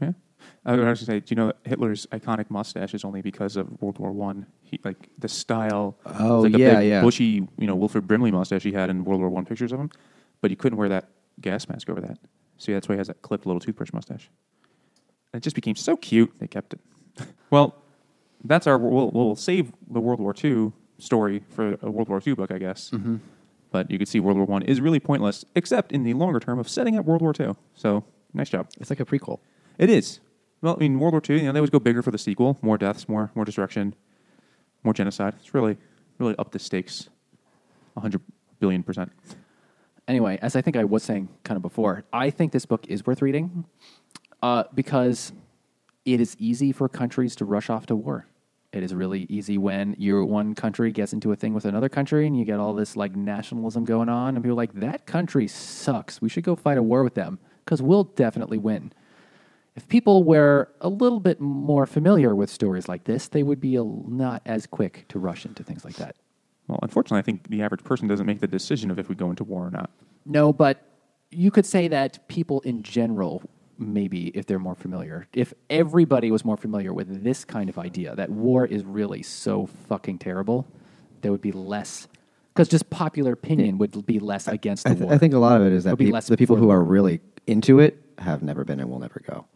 S2: Yeah. I was going to say, do you know that Hitler's iconic mustache is only because of World War One? He like the style. it was
S3: Oh,
S2: like a
S3: yeah,
S2: big
S3: yeah.
S2: Bushy, you know, Wilfred Brimley mustache he had in World War One pictures of him, but he couldn't wear that gas mask over that. So that's why he has that clipped little toothbrush mustache. And it just became so cute. They kept it. *laughs* well, that's our. We'll, we'll save the World War Two story for a World War Two book, I guess. Mm-hmm. But you could see World War One is really pointless, except in the longer term of setting up World War Two. So nice job.
S3: It's like a prequel.
S2: It is. Well, I mean, World War II, you know, they always go bigger for the sequel. More deaths, more more destruction, more genocide. It's really, really up the stakes 100 billion percent.
S1: anyway, as I think I was saying kind of before, I think this book is worth reading uh, because it is easy for countries to rush off to war. It is really easy when your one country gets into a thing with another country and you get all this like nationalism going on, and people are like, that country sucks. We should go fight a war with them because we'll definitely win. If people were a little bit more familiar with stories like this, they would be a, not as quick to rush into things like that.
S2: Well, unfortunately, I think the average person doesn't make the decision of if we go into war or not.
S1: No, but you could say that people in general, maybe if they're more familiar, if everybody was more familiar with this kind of idea that war is really so fucking terrible, there would be less. Because just popular opinion would be less against the
S3: I, th-
S1: war.
S3: I think a lot of it is that
S1: It'll be
S3: peop-
S1: less
S3: the people
S1: for-
S3: who are really into it have never been and will never go,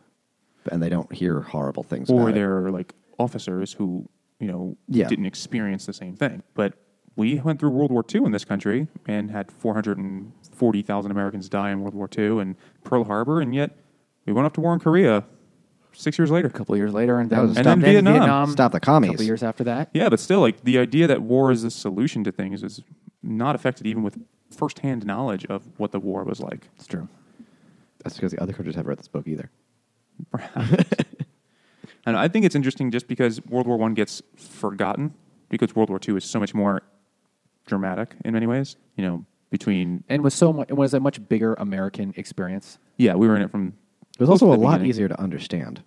S3: and they don't hear horrible things.
S2: Or
S3: about it.
S2: there are like officers who, you know,
S3: Yeah.
S2: didn't experience the same thing. But we went through World War II in this country and had 440,000 Americans die in World War II and Pearl Harbor, and yet we went off to war in Korea six years later.
S1: a couple years later, and then,
S3: was a
S1: and
S2: stop-
S1: then
S2: Vietnam.
S3: Stop the
S1: A couple
S3: commies.
S1: years after that,
S2: Yeah, but still, like the idea that war is a solution to things is not affected even with firsthand knowledge of what the war was like.
S1: it's true.
S3: That's because the other countries haven't read this book either.
S2: And I think it's interesting just because World War One gets forgotten because World War Two is so much more dramatic in many ways. You know, between
S1: And was so much, it was a much bigger American experience.
S2: yeah, we were in it from.
S3: It was also a
S2: the
S3: lot
S2: beginning.
S3: easier to understand.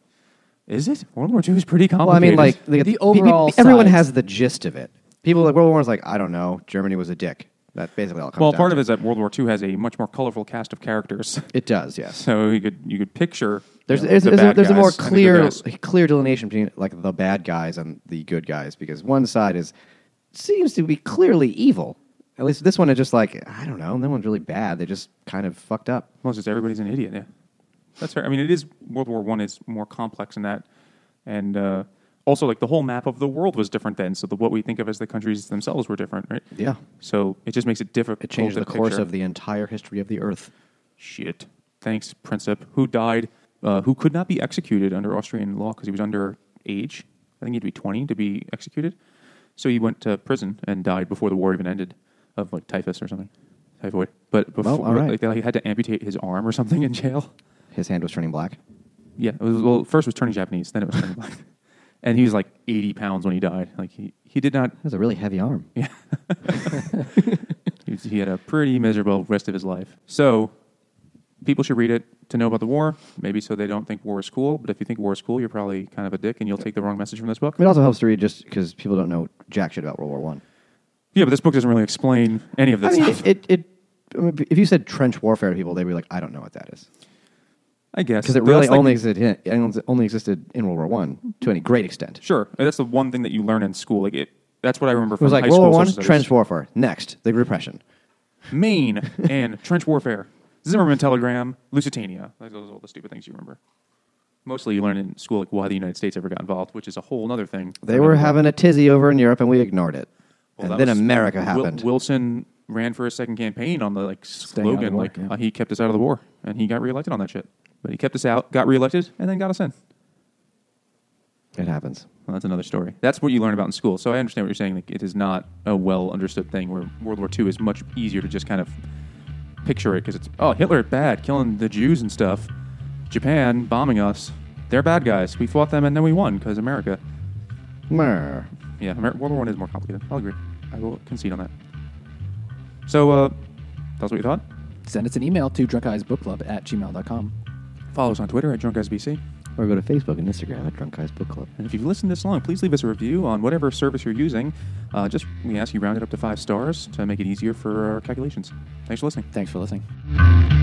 S2: Is it World War Two is pretty
S3: Well, I
S2: complicated?
S3: mean, like
S1: The overall
S3: everyone
S1: size.
S3: has the gist of it. People like World War One's like, I don't know, Germany was a dick. That basically all comes.
S2: well,
S3: down
S2: part
S3: to.
S2: of it is that World War Two has a much more colorful cast of characters, *laughs*
S3: it does. Yes,
S2: so you could you could picture.
S3: there's
S2: you know,
S3: there's,
S2: the
S3: there's, a,
S2: bad
S3: there's a
S2: guys
S3: more
S2: and the good
S3: clear
S2: guys.
S3: clear delineation between like the bad guys and the good guys because one side is seems to be clearly evil. At least this one is just like I don't know. No one's really bad. They just kind of fucked up.
S2: Well, it's just everybody's an idiot. Yeah, that's fair. I mean, it is World War One is more complex than that, and uh, also like the whole map of the world was different then. So the, what we think of as the countries themselves were different, right?
S3: Yeah.
S2: So it just makes it difficult.
S3: It changed
S2: to
S3: the course
S2: picture.
S3: of the entire history of the Earth.
S2: shit. Thanks, Princip, who died, uh, who could not be executed under Austrian law because he was under age. I think he had to be twenty to be executed. So he went to prison and died before the war even ended of like typhus or something, typhoid. But before,
S3: all right.
S2: like, they had to amputate his arm or something in jail.
S3: His hand was turning black.
S2: Yeah, it was, well, first was turning Japanese, then it was turning black, *laughs* and he was like eighty pounds when he died. Like he, he did not.
S3: That was a really heavy arm.
S2: Yeah, he, was- he had a pretty miserable rest of his life. So, people should read it to know about the war, maybe so they don't think war is cool. But if you think war is cool, you're probably kind of a dick, and you'll take the wrong message from this book.
S3: It also helps to read just because people don't know jack shit about World War One.
S2: Yeah, but this book doesn't really explain any of
S3: I
S2: this
S3: mean,
S2: stuff.
S3: it, it, it, I mean, if you said trench warfare to people, they'd be like, I don't know what that is.
S2: I guess
S3: Because it
S2: But that's,
S3: really
S2: like,
S3: only, existed in, it only existed in World War One to any great extent.
S2: sure. That's the one thing that you learn in school. Like it, that's what I remember
S3: It
S2: from
S3: was like
S2: high
S3: World
S2: school.
S3: War One,
S2: social studies.
S3: trench warfare. Next, the repression.
S2: Maine and *laughs* trench warfare, Zimmerman telegram, Lusitania. Like, Those are all the stupid things you remember. Mostly you learn in school like why the United States ever got involved, which is a whole other thing.
S3: They were having a tizzy over in Europe, and we ignored it.
S2: Well, that
S3: and then
S2: was-
S3: America
S2: Wil-
S3: happened.
S2: Wilson ran for a second campaign on the like
S1: out of
S2: slogan
S1: the war,
S2: like
S1: yeah.
S2: uh, he kept us out of the war and he got reelected on that shit. But he kept us out, got reelected, and then got us in.
S3: It happens.
S2: Well, that's another story. That's what you learn about in school. So I understand what you're saying. Like, it is not a well understood thing. Where World War II is much easier to just kind of picture it because it's oh Hitler bad, killing the Jews and stuff. Japan bombing us. They're bad guys. We fought them and then we won because America.
S3: Mer.
S2: Yeah, Amer- World War One is more complicated. I'll agree. I will concede on that. So uh, that's what you thought.
S1: Send us an email to drunkeneyesbookclub at gmail.com.
S2: Follow us on Twitter at DrunkSBC.
S3: Or go to Facebook and Instagram at Drunk Guys Book Club.
S2: And if you've listened this long, please leave us a review on whatever service you're using. Uh, just we ask you round it up to five stars to make it easier for our calculations. Thanks for listening.
S1: Thanks for listening.